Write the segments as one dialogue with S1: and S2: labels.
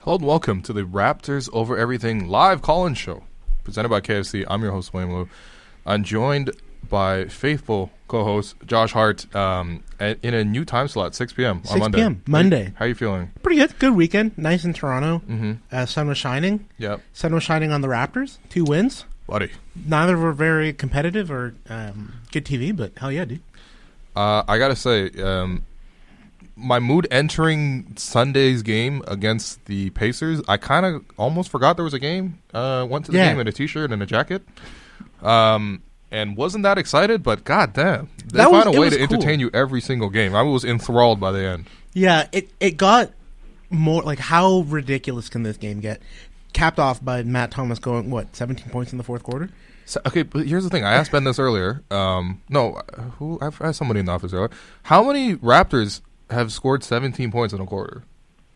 S1: Hello and welcome to the Raptors Over Everything live call-in show, presented by KFC. I'm your host William Liu. I'm joined by faithful co-host Josh Hart um, at, in a new time slot, 6 p.m. on
S2: 6
S1: Monday.
S2: p.m., Monday.
S1: How are you feeling?
S2: Pretty good. Good weekend. Nice in Toronto. Mm-hmm. Uh, sun was shining.
S1: Yep,
S2: Sun was shining on the Raptors. Two wins.
S1: buddy.
S2: Neither were very competitive or um, good TV, but hell yeah, dude.
S1: Uh, I gotta say, um, my mood entering Sunday's game against the Pacers, I kind of almost forgot there was a game. Uh, went to the
S2: Yeah.
S1: game in a t-shirt and a jacket, um, and wasn't that excited. But goddamn, they
S2: That was-
S1: find a
S2: it
S1: way
S2: was
S1: to
S2: cool.
S1: entertain you every single game. I was enthralled by the end.
S2: Yeah, it it got more like how ridiculous can this game get? Capped off by Matt Thomas going what seventeen points in the fourth quarter.
S1: So, okay, but here's the thing. I asked Ben this earlier. Um, no, who? I asked somebody in the office earlier. How many Raptors have scored 17 points in a quarter?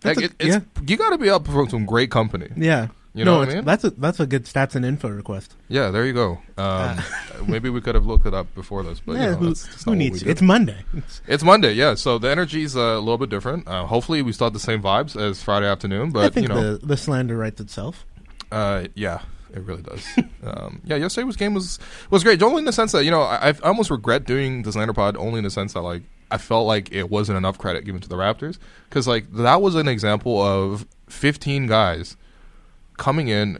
S2: That's
S1: Like,
S2: a-
S1: it- it's- you got to be up from some great company.
S2: Yeah,
S1: You know
S2: no,
S1: what I
S2: it's-
S1: mean?
S2: that's a that's a good stats and info request.
S1: Yeah, there you go. Um, maybe we could have looked it up before this, but you
S2: Ah. yeah,
S1: know,
S2: who,
S1: that's- that's
S2: who
S1: not what
S2: needs
S1: we
S2: to?
S1: do.
S2: It's Monday. It's-
S1: It's Monday, yeah. So the energy's uh, a little bit different. Uh, hopefully, we still have the same vibes as Friday afternoon,
S2: I
S1: but
S2: think
S1: you know,
S2: the the slander writes itself.
S1: uh, yeah, it really does. um, yeah, yesterday was game was was great. Only in the sense that you know, I, I almost regret doing the Slander Pod. Only in the sense that like I felt like it wasn't enough credit given to the Raptors because like that was an example of 15 guys coming in.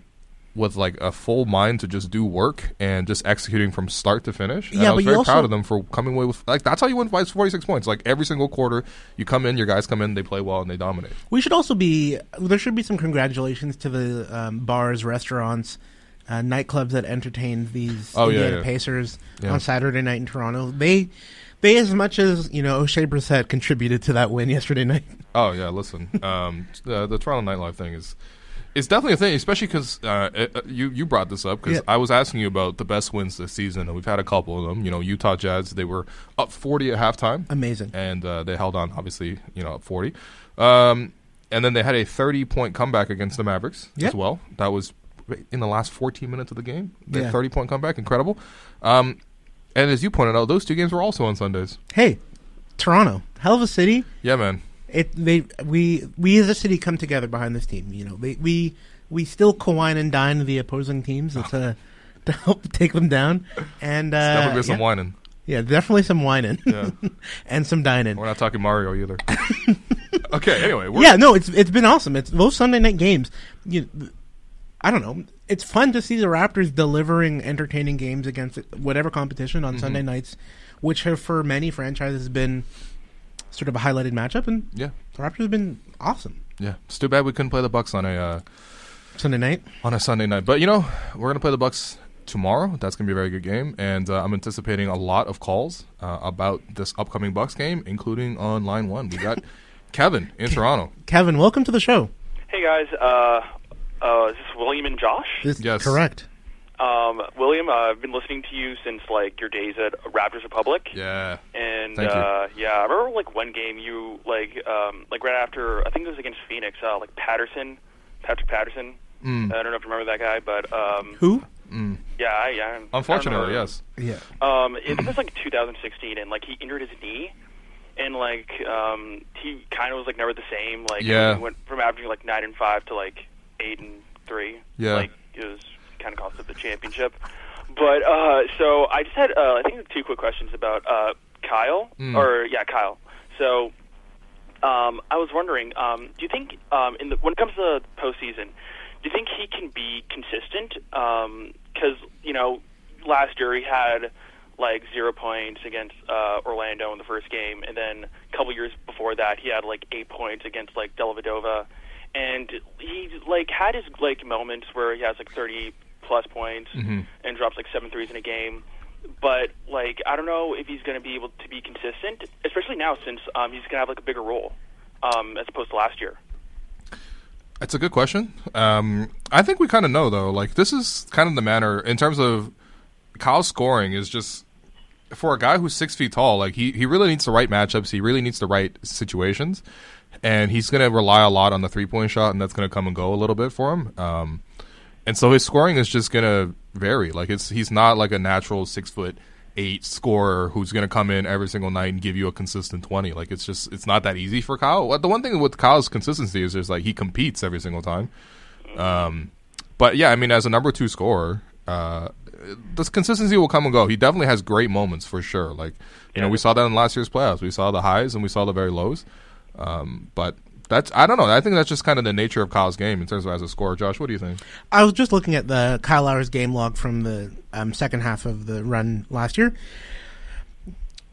S1: With like a full mind to just do work and just executing from start to finish. And
S2: Yeah,
S1: I was
S2: but you
S1: very
S2: also-
S1: proud of them for coming away with like that's how you win by forty six points. Like every single quarter, you come in, your guys come in, they play well and they dominate.
S2: We should also be there should be some congratulations to the um, bars, restaurants, uh, nightclubs that entertained these
S1: Oh, yeah,
S2: Indiana
S1: yeah.
S2: Pacers
S1: Yeah.
S2: on Saturday night in Toronto. They they as much as you know O'Shea Brissett contributed to that win yesterday night.
S1: Oh yeah, listen, um, the the Toronto nightlife thing is it's definitely a thing, especially because uh, it- uh, you you brought this up because
S2: Yeah.
S1: I was asking you about the best wins this season, and we've had a couple of them. You know, Utah Jazz they were up forty at halftime,
S2: Amazing.
S1: and uh, they held on, obviously, you know, up forty, um, and then they had a thirty point comeback against the Mavericks
S2: Yeah.
S1: as well. That was in the last fourteen minutes of the game. The
S2: Yeah.
S1: thirty point comeback, incredible. Um, and as you pointed out, those two games were also on Sundays.
S2: Hey, Toronto, hell of a city.
S1: Yeah, man.
S2: It they we we as a city come together behind this team. You know they, we we still coine and dine the opposing teams to to help take them down. And uh,
S1: Definitely been some
S2: yeah.
S1: whining.
S2: Yeah, definitely some whining
S1: Yeah.
S2: and some dining.
S1: We're not talking Mario either. okay, anyway, we're,
S2: yeah, no, it's it's been awesome. It's those Sunday night games. You, I don't know. It's fun to see the Raptors delivering entertaining games against whatever competition
S1: Mm-hmm.
S2: on Sunday nights, which have for many franchises been sort of a highlighted matchup, and
S1: yeah,
S2: the Raptors have been awesome
S1: yeah. It's too bad we couldn't play the Bucks on a uh,
S2: Sunday night.
S1: on a Sunday night, but you know we're gonna play the Bucks tomorrow. That's gonna be a very good game, and uh, I'm anticipating a lot of calls uh, about this upcoming Bucks game, including on line one. We got Kevin in Toronto.
S2: Kevin, welcome to the show.
S3: Hey guys, uh, uh, is this William and Josh?
S2: This
S1: Yes.
S2: correct.
S3: Um, William, uh, I've been listening to you since like your days at Raptors Republic.
S1: Yeah,
S3: And
S1: Thank you.
S3: uh, yeah, I remember like one game you like um, like right after I think it was against Phoenix, uh, like Patterson, Patrick Patterson.
S1: Mm.
S3: I don't know if you remember that guy, but um,
S2: Who?
S3: yeah, I, yeah. I don't
S1: unfortunately,
S3: remember.
S1: yes.
S2: Yeah.
S3: Um, it was like 2016, and like he injured his knee, and like um, he kind of was like never the same. Like
S1: Yeah.
S3: he went from averaging like nine and five to like eight and three.
S1: Yeah.
S3: like it was kind of cost of the championship. But uh, so I just had uh, I think two quick questions about uh, Kyle or yeah Kyle. So um, I was wondering, um, do you think um, in the, when it comes to the postseason, do you think he can be consistent? Because you know, last year he had like zero points against uh, Orlando in the first game, and then a couple years before that he had like eight points against like Dellavedova, and he like had his like moments where he has like thirty plus points and drops like seven threes in a game but like I don't know if he's going to be able to be consistent, especially now since um, he's going to have like a bigger role um, as opposed to last year?
S1: It's a good question. Um, I think we kind of know though. Like this is kind of the manner in terms of Kyle's scoring is just for a guy who's six feet tall. Like he he really needs the right matchups. He really needs the right situations, and he's going to rely a lot on the three point shot, and that's going to come and go a little bit for him. Um, and so his scoring is just going to vary. Like it's he's not like a natural six foot eight scorer who's going to come in every single night and give you a consistent 20 like it's just it's not that easy for kyle Well, the one thing with kyle's consistency is just like he competes every single time um, but yeah i mean as a number two scorer uh, this consistency will come and go he definitely has great moments for sure like you know we saw that in last year's playoffs we saw the highs and we saw the very lows um, but that's i don't know i think that's just kind of the nature of kyle's game in terms of as a scorer josh what do you think
S2: I was just looking at the Kyle Lowry's game log from the um, second half of the run last year.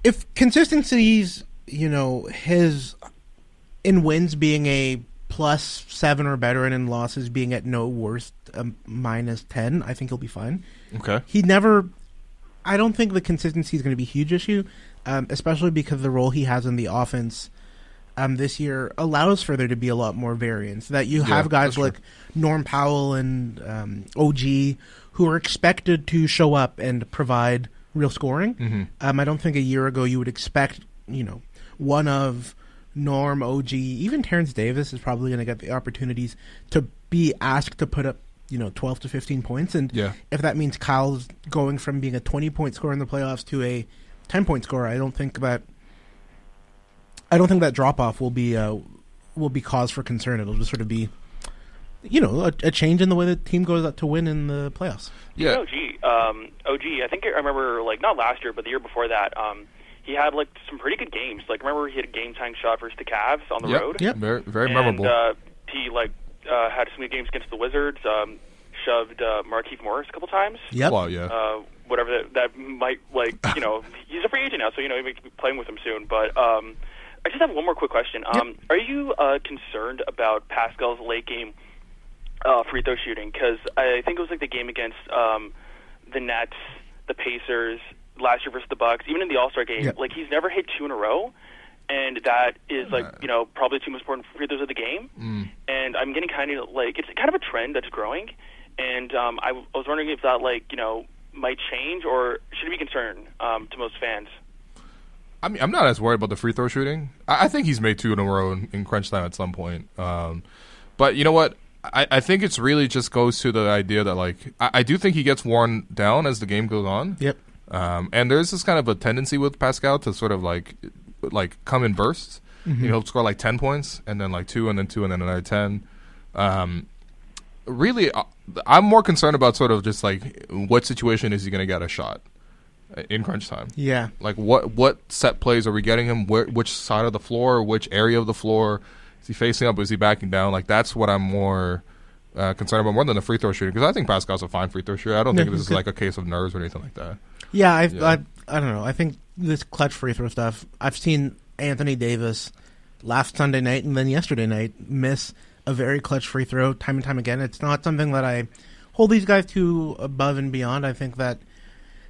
S2: If consistency's, you know, his in wins being a plus seven or better, and in losses being at no worst um, minus ten, I think he'll be fine.
S1: okay
S2: He never. I don't think the consistency is going to be a huge issue, um, especially because the role he has in the offense um, this year allows for there to be a lot more variance. That you have
S1: that's
S2: guys
S1: true.
S2: like Norm Powell and um, OG who are expected to show up and provide real scoring.
S1: Mm-hmm.
S2: Um, I don't think a year ago you would expect, you know, one of Norm, OG, even Terrence Davis is probably going to get the opportunities to be asked to put up, you know, 12 to 15 points. And
S1: Yeah.
S2: if that means Kyle's going from being a 20 point scorer in the playoffs to a 10 point scorer, I don't think that I don't think that drop off will be uh, will be cause for concern. It'll just sort of be you know, a, a change in the way the team goes out to win in the playoffs.
S1: yeah
S3: OG, um, OG. I think I remember like not last year, but the year before that. Um, he had like some pretty good games. Like remember he had a game time shot versus the Cavs on the
S1: Yep.
S3: road.
S2: Yep.
S1: very very
S3: and,
S1: memorable
S3: Uh, he like uh, had some good games against the Wizards. Um, shoved uh, Markeith Morris a couple times.
S2: Yep.
S1: Wow, yeah
S3: Uh, whatever that, that might like, you know, he's a free agent now, so you know he might be playing with him soon. But um, I just have one more quick question. Um, Are you uh, concerned about Pascal's late game uh, free throw shooting? Because I think it was like the game against um, the Nets, the Pacers last year versus the Bucks, even in the All Star game.
S2: Yeah.
S3: Like he's never hit two in a row. And that is like you know probably the two most important free throws of the game, and I'm getting kind of like it's kind of a trend that's growing, and um, I, w- I was wondering if that like you know might change or should it be concerned um, to most fans?
S1: I mean, I'm not as worried about the free throw shooting. I, I think he's made two in a row in, in crunch time at some point. Um, but you know what? I, I think it's really just goes to the idea that like I, I do think he gets worn down as the game goes on.
S2: Yep.
S1: Um, and there's this kind of a tendency with Pascal to sort of like like come in bursts.
S2: Mm-hmm.
S1: You know, he'll score like ten points and then like two and then two and then another ten. Um, really, uh, I'm more concerned about sort of just like what situation is he going to get a shot uh, in crunch time.
S2: Yeah.
S1: Like what what set plays are we getting him? Where, which side of the floor? Which area of the floor? Is he facing up? Is he backing down? Like that's what I'm more uh, concerned about more than the free throw shooting because I think Pascal's a fine free throw shooter. I don't
S2: Yeah,
S1: think this
S2: he's
S1: is
S2: good.
S1: like a case of nerves or anything like that.
S2: Yeah, I've,
S1: Yeah.
S2: I I don't know. I think this clutch free throw stuff. I've seen Anthony Davis last Sunday night and then yesterday night miss a very clutch free throw time and time again. It's not something that I hold these guys to above and beyond. I think that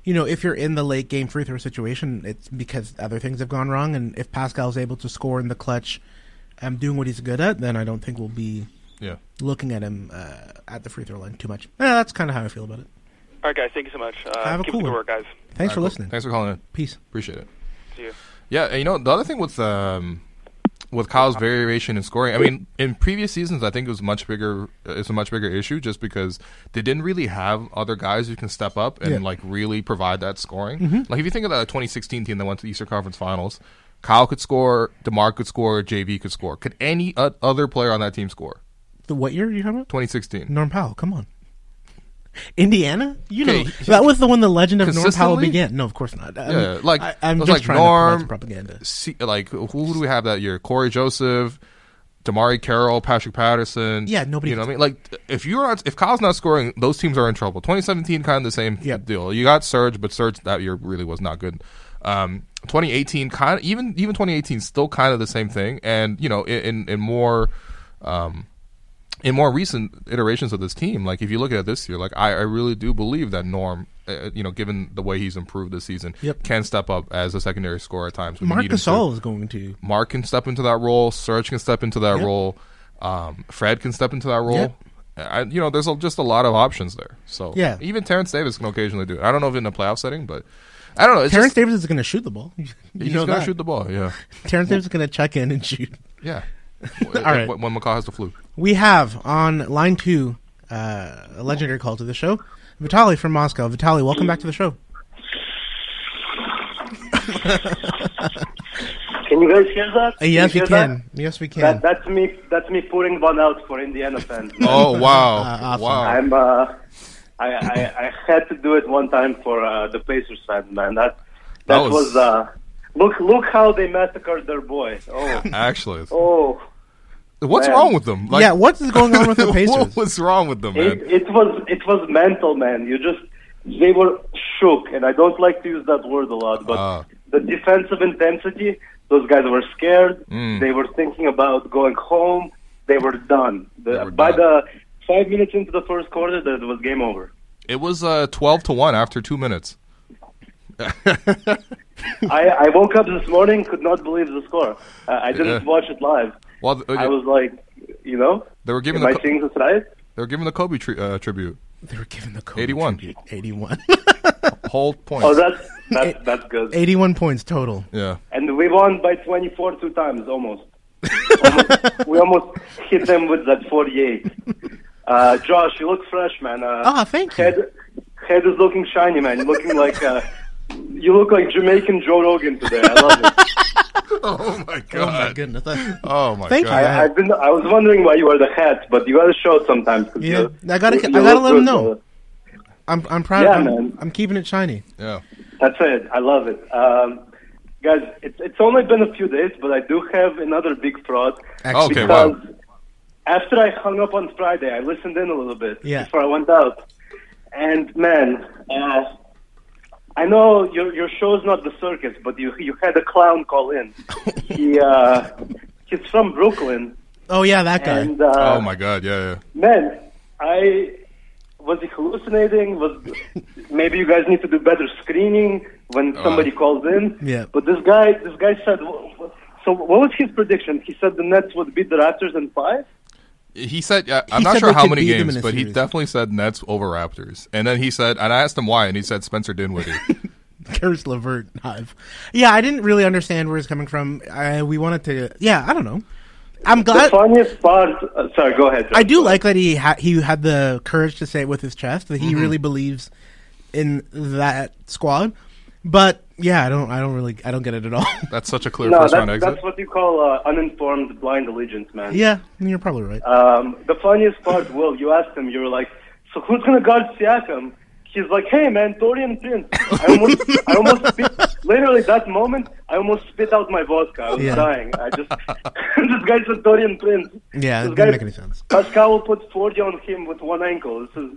S2: you know if you're in the late game free throw situation, it's because other things have gone wrong. And if Pascal's able to score in the clutch, um, doing what he's good at, then I don't think we'll be
S1: Yeah.
S2: looking at him uh, at the free throw line too much. Yeah, that's kind of how I feel about it.
S3: All right, guys, thank you so much. Uh,
S2: Have a
S3: keep
S2: cool
S3: up the
S2: one.
S3: good work, guys.
S2: Thanks for
S1: All right, cool.
S2: listening.
S1: Thanks for calling in.
S2: Peace.
S1: Appreciate it.
S3: See you.
S1: Yeah, and you know the other thing with um, with Kyle's variation in scoring. I mean, in previous seasons, I think it was much bigger. It's a much bigger issue just because they didn't really have other guys who can step up and
S2: Yeah. Mm-hmm.
S1: like really provide that scoring. Like if you think of the 2016 team that went to the Eastern Conference Finals, Kyle could score, Demar could score, JV could score. Could any o- other player on that team score?
S2: The, what year are you talking about?
S1: 2016.
S2: Norm Powell, come on. Indiana? You know,
S1: Okay, he-
S2: that was the one the legend of Norm Powell
S1: Consistently?
S2: began. No, of course not. I
S1: Yeah,
S2: mean,
S1: like
S2: I, am
S1: it was
S2: just
S1: like
S2: trying
S1: Norm,
S2: to plant propaganda.
S1: C- like who do we have that year? Corey Joseph, Damari Carroll, Patrick Patterson.
S2: Yeah, nobody
S1: You know what I mean?
S2: can-
S1: Like if you're not, if Kyle's not scoring, those teams are in trouble. 2017 kind of the same
S2: Yeah.
S1: deal. You got Surge, but Surge that year really was not good. Um, 2018 kind of, even even 2018 still kind of the same thing. And you know in in, in more. Um, in more recent iterations of this team, like if you look at it this year, like I, I really do believe that Norm uh, you know, given the way he's improved this season,
S2: Yep.
S1: can step up as a secondary scorer at times. when you
S2: Mark
S1: need him to.
S2: Gasol is going to.
S1: Mark can step into that role. Serge can step into that
S2: Yep.
S1: role. Um, Fred can step into that role.
S2: Yep.
S1: I, you know, there's a, just a lot of options there. So
S2: Yeah.
S1: even Terrence Davis can occasionally do it. I don't know if in a playoff setting, but I don't know. It's
S2: Terrence
S1: just,
S2: Davis is going to shoot the ball. You
S1: he's
S2: know
S1: gonna
S2: that.
S1: shoot the ball. Yeah,
S2: Terrence Davis is going to check in and shoot.
S1: yeah.
S2: right.
S1: When, when McCall has the flu.
S2: We have on line two uh, a legendary call to the show, Vitali from Moscow. Vitali, welcome back to the show.
S4: Can you guys hear that?
S2: Uh, yes, we
S4: you hear
S2: can. Yes, we
S4: That? That,
S2: can.
S4: that's me. That's me pouring one out for Indiana fans.
S1: Oh wow,
S2: Uh, awesome.
S1: wow.
S4: I'm. Uh, I, I I had to do it one time for uh, the Pacers fan, man. That that,
S1: That was-
S4: was. uh, look look how they massacred their boy. Oh
S1: Actually, it's-
S4: oh.
S1: what's
S4: man.
S1: wrong with them? Like,
S2: yeah, what is going on with the Pacers?
S1: what's wrong with them,
S4: It,
S1: man?
S4: it was it was mental, man. You just they were shook, and I don't like to use that word a lot, but
S1: Ah.
S4: the defensive intensity. Those guys were scared.
S1: Mm.
S4: They were thinking about going home. They were done. The,
S1: were
S4: by
S1: done.
S4: the five minutes into the first quarter, that was game over.
S1: It was uh, twelve to one after two minutes.
S4: I, I woke up this morning, could not believe the score. Uh, I didn't
S1: Yeah.
S4: watch it live.
S1: Well, th-
S4: I was like, you know,
S1: They were giving
S4: am I
S1: the co-
S4: seeing this right?
S1: they were giving the Kobe tri- uh, tribute.
S2: they were giving the Kobe
S1: 81.
S2: tribute. 81.
S1: Whole point.
S4: Oh, that's that's, that's good.
S2: 81 points total.
S1: yeah.
S4: And we won by 24 two times, almost. almost we almost hit them with that 48. Uh, Josh, you look fresh, man. Uh,
S2: Ah, thank you.
S4: Head, head is looking shiny, man. You're looking like uh, you look like Jamaican Joe Rogan today. I love it.
S1: Oh my
S2: Oh, my
S1: god.
S2: goodness. I-
S1: Oh my
S2: Thank
S1: god.
S2: you.
S4: I, I've been. I was wondering why you wear the hat, but you got to show it sometimes. 'cause
S2: Yeah,
S4: you-
S2: I gotta-
S4: you-
S2: I
S4: you
S2: gotta
S4: look
S2: let 'em
S4: good,
S2: know.
S4: brother.
S2: I'm, I'm proud.
S4: Yeah,
S2: I'm,
S4: man.
S2: I'm keeping it shiny.
S1: Yeah.
S4: That's it. I love it. Um, guys, it's, it's only been a few days, but I do have another big fraud.
S1: Excellent. Okay, wow.
S4: because after I hung up on Friday, I listened in a little bit
S2: Yeah.
S4: before I went out. And man, uh, I know your your show's not the circus, but you you had a clown call in. he uh, he's from Brooklyn,
S2: Oh, yeah, that guy.
S4: and uh,
S1: oh my god. Yeah. yeah.
S4: Man, I was he hallucinating? Was maybe you guys need to do better screening when
S1: Uh.
S4: somebody calls in?
S2: Yeah.
S4: But this guy, this guy said. wh- wh- So what was his prediction? He said the Nets would beat the Raptors in five.
S1: He said, I- I'm
S2: He
S1: not
S2: said
S1: sure
S2: they
S1: how
S2: could
S1: many
S2: beat them in
S1: games,
S2: a
S1: but he
S2: series.
S1: definitely said Nets over Raptors. And then he said, and I asked him why, and he said Spencer Dinwiddie.
S2: Curse Levert Hive. Yeah, I didn't really understand where it's coming from. I, we wanted to. Yeah, I don't know. I'm
S4: The
S2: glad.
S4: funniest part. Uh, sorry, go ahead.
S2: I do like that he ha- he had the courage to say it with his chest that he
S1: Mm-hmm.
S2: really believes in that squad. But yeah, I don't. I don't really. I don't get it at all.
S1: that's such a clear
S4: No,
S1: first round
S4: that's,
S1: exit.
S4: that's what you call uh, uninformed blind allegiance, man.
S2: yeah, you're probably right.
S1: Uh,
S4: Um, the funniest part, Will, you asked him. You were like, "So who's gonna guard Siakam?" He's like, "Hey, man, Torian Prince." I almost, I almost, spit, literally that moment, I almost spit out my vodka. I was
S2: Yeah.
S4: dying. I just, this guy said Torian Prince.
S2: Yeah,
S4: this
S2: it didn't make any sense.
S4: Pascal put forty on him with one ankle. This is,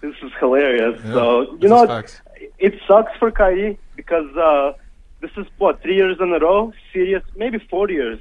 S4: this is hilarious. so
S1: this
S4: you know, what?
S1: is facts.
S4: it sucks for Kyrie because uh, this is what three years in a row, serious, maybe four years.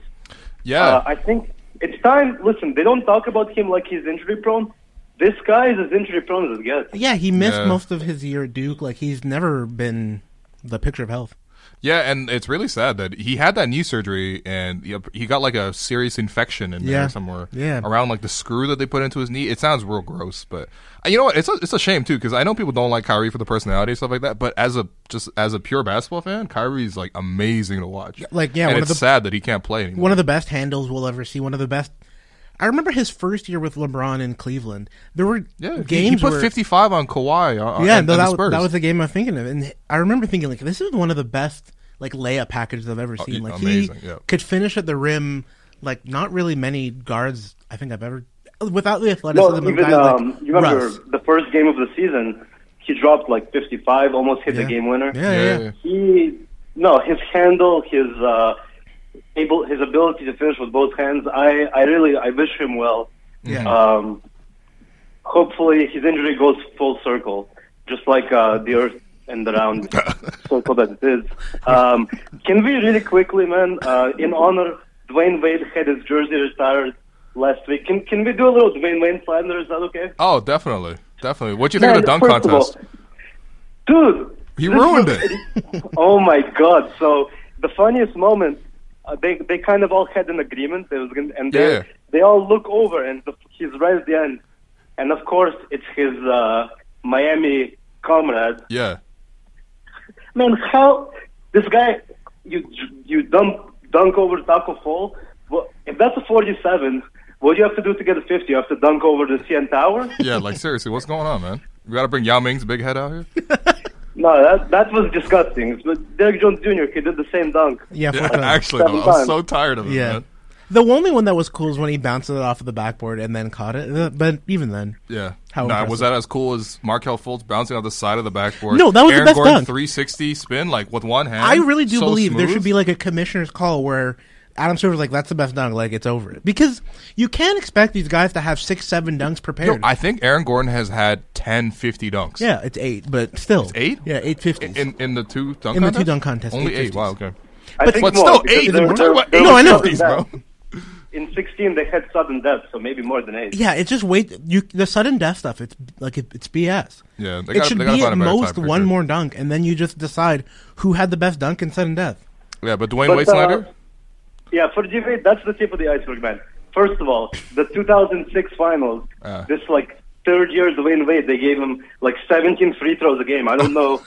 S1: yeah.
S4: Uh, I think it's time. Listen, they don't talk about him like he's injury prone. This guy is as injury prone as it gets.
S2: yeah, he missed
S1: Yeah.
S2: most of his year at Duke. Like he's never been the picture of health.
S1: yeah, and it's really sad that he had that knee surgery and he- he got like a serious infection in
S2: Yeah.
S1: there somewhere
S2: Yeah.
S1: around like the screw that they put into his knee. It sounds real gross, but uh, you know what? It's a, it's a shame too because I know people don't like Kyrie for the personality and stuff like that, but as a just as a pure basketball fan, Kyrie's like amazing to watch.
S2: like, yeah,
S1: and
S2: one of
S1: it's
S2: the-
S1: sad that he can't play anymore.
S2: One of the best handles we'll ever see. One of the best. I remember his first year with LeBron in Cleveland. There were
S1: Yeah, he-
S2: games
S1: he put
S2: where,
S1: 55 on Kawhi. On,
S2: Yeah,
S1: Uh, and,
S2: no,
S1: and
S2: that,
S1: the
S2: wa-
S1: Spurs.
S2: that was the game I'm thinking of, and I remember thinking like, this is one of the best like layup packages I've ever seen.
S1: Oh, yeah,
S2: Like
S1: amazing,
S2: he
S1: yeah.
S2: could finish at the rim, like not really many guards I think I've ever without the athleticism
S4: No,
S2: of
S4: even
S2: guys
S4: um,
S2: like
S4: you remember
S2: Russ.
S4: the first game of the season, he dropped like 55, almost hit
S2: Yeah.
S4: the game winner.
S2: Yeah, yeah,
S1: Yeah,
S2: yeah.
S1: yeah.
S4: He no, his handle, his uh, able, his ability to finish with both hands. I, I really, I wish him well.
S2: Yeah.
S4: Um, hopefully, his injury goes full circle, just like uh, the Earth and the round circle that it is. Um, can we really quickly, man, uh, in honor Dwayne Wade had his jersey retired last week? Can can we do a little Dwayne Wayne slander? Is that okay?
S1: Oh, definitely, definitely. What do you think of the
S4: Man,
S1: dunk
S4: first of
S1: contest?
S4: all, dude.
S1: He
S4: this
S1: ruined
S4: was-
S1: it.
S4: oh my god! So the funniest moment, uh, they they kind of all had an agreement. They was gonna, and they
S1: Yeah.
S4: they all look over, and the, he's right at the end, and of course it's his uh, Miami comrade.
S1: Yeah.
S4: Man, how this guy you you dump dunk over Taco Fall? Well, if that's a forty-seven, what do you have to do to get a fifty? You have to dunk over the CN Tower.
S1: Yeah, like seriously, what's going on, man? We gotta bring Yao Ming's big head out here?
S4: No, that that was disgusting. But Derek Jones Jr. he did the same dunk.
S2: Yeah,
S1: Yeah,
S2: fuck that.
S1: actually, though, I was
S4: Sometimes.
S1: so tired of it,
S2: Yeah.
S1: man.
S2: The only one that was cool is when he bounced it off of the backboard and then caught it. Uh, But even then,
S1: Yeah.
S2: How
S1: nah,
S2: impressive.
S1: was that as cool as Markel Fultz bouncing out the side of the backboard?
S2: No, that was the
S1: Aaron
S2: best
S1: Gordon
S2: dunk.
S1: 360 spin, like with one hand.
S2: I really do
S1: So
S2: believe there should
S1: smooth.
S2: be like a commissioner's call where Adam Silver's like, "That's the best dunk. Like it's over." Because you can't expect these guys to have six, seven dunks
S1: Yo,
S2: prepared.
S1: I think Aaron Gordon has had 10, 50 dunks.
S2: yeah, it's eight, but still,
S1: eight?
S2: Yeah, eight fifties.
S1: In, in the two dunk
S2: In the
S1: contests?
S2: two dunk contests,
S1: Only eight.
S2: 850s.
S1: Wow, okay.
S4: I
S2: But-
S4: think
S1: But
S4: more,
S1: still
S4: because
S1: eight.
S4: there
S1: We're
S4: were-
S1: talking about
S4: there
S1: eight
S2: No,
S4: were
S2: I know.
S4: seven
S1: fifties, bro.
S4: deaths. In sixteen, they had sudden death, so maybe more than eight.
S2: yeah, it's just wait. You the sudden death stuff. It's like it, it's BS.
S1: Yeah, they
S2: it
S1: gotta-
S2: should
S1: they gotta
S2: be
S1: find
S2: at
S1: a better time
S2: most
S1: for
S2: one
S1: sure.
S2: more dunk, and then you just decide who had the best dunk in sudden death.
S1: Yeah, but Dwayne Wade
S4: But, uh,
S1: Snyder?
S4: yeah, for GV, that's the tip of the iceberg, man. First of all, the 2006 finals,
S1: Ah.
S4: this like third year Dwayne Wade, they gave him like 17 free throws a game. I don't know.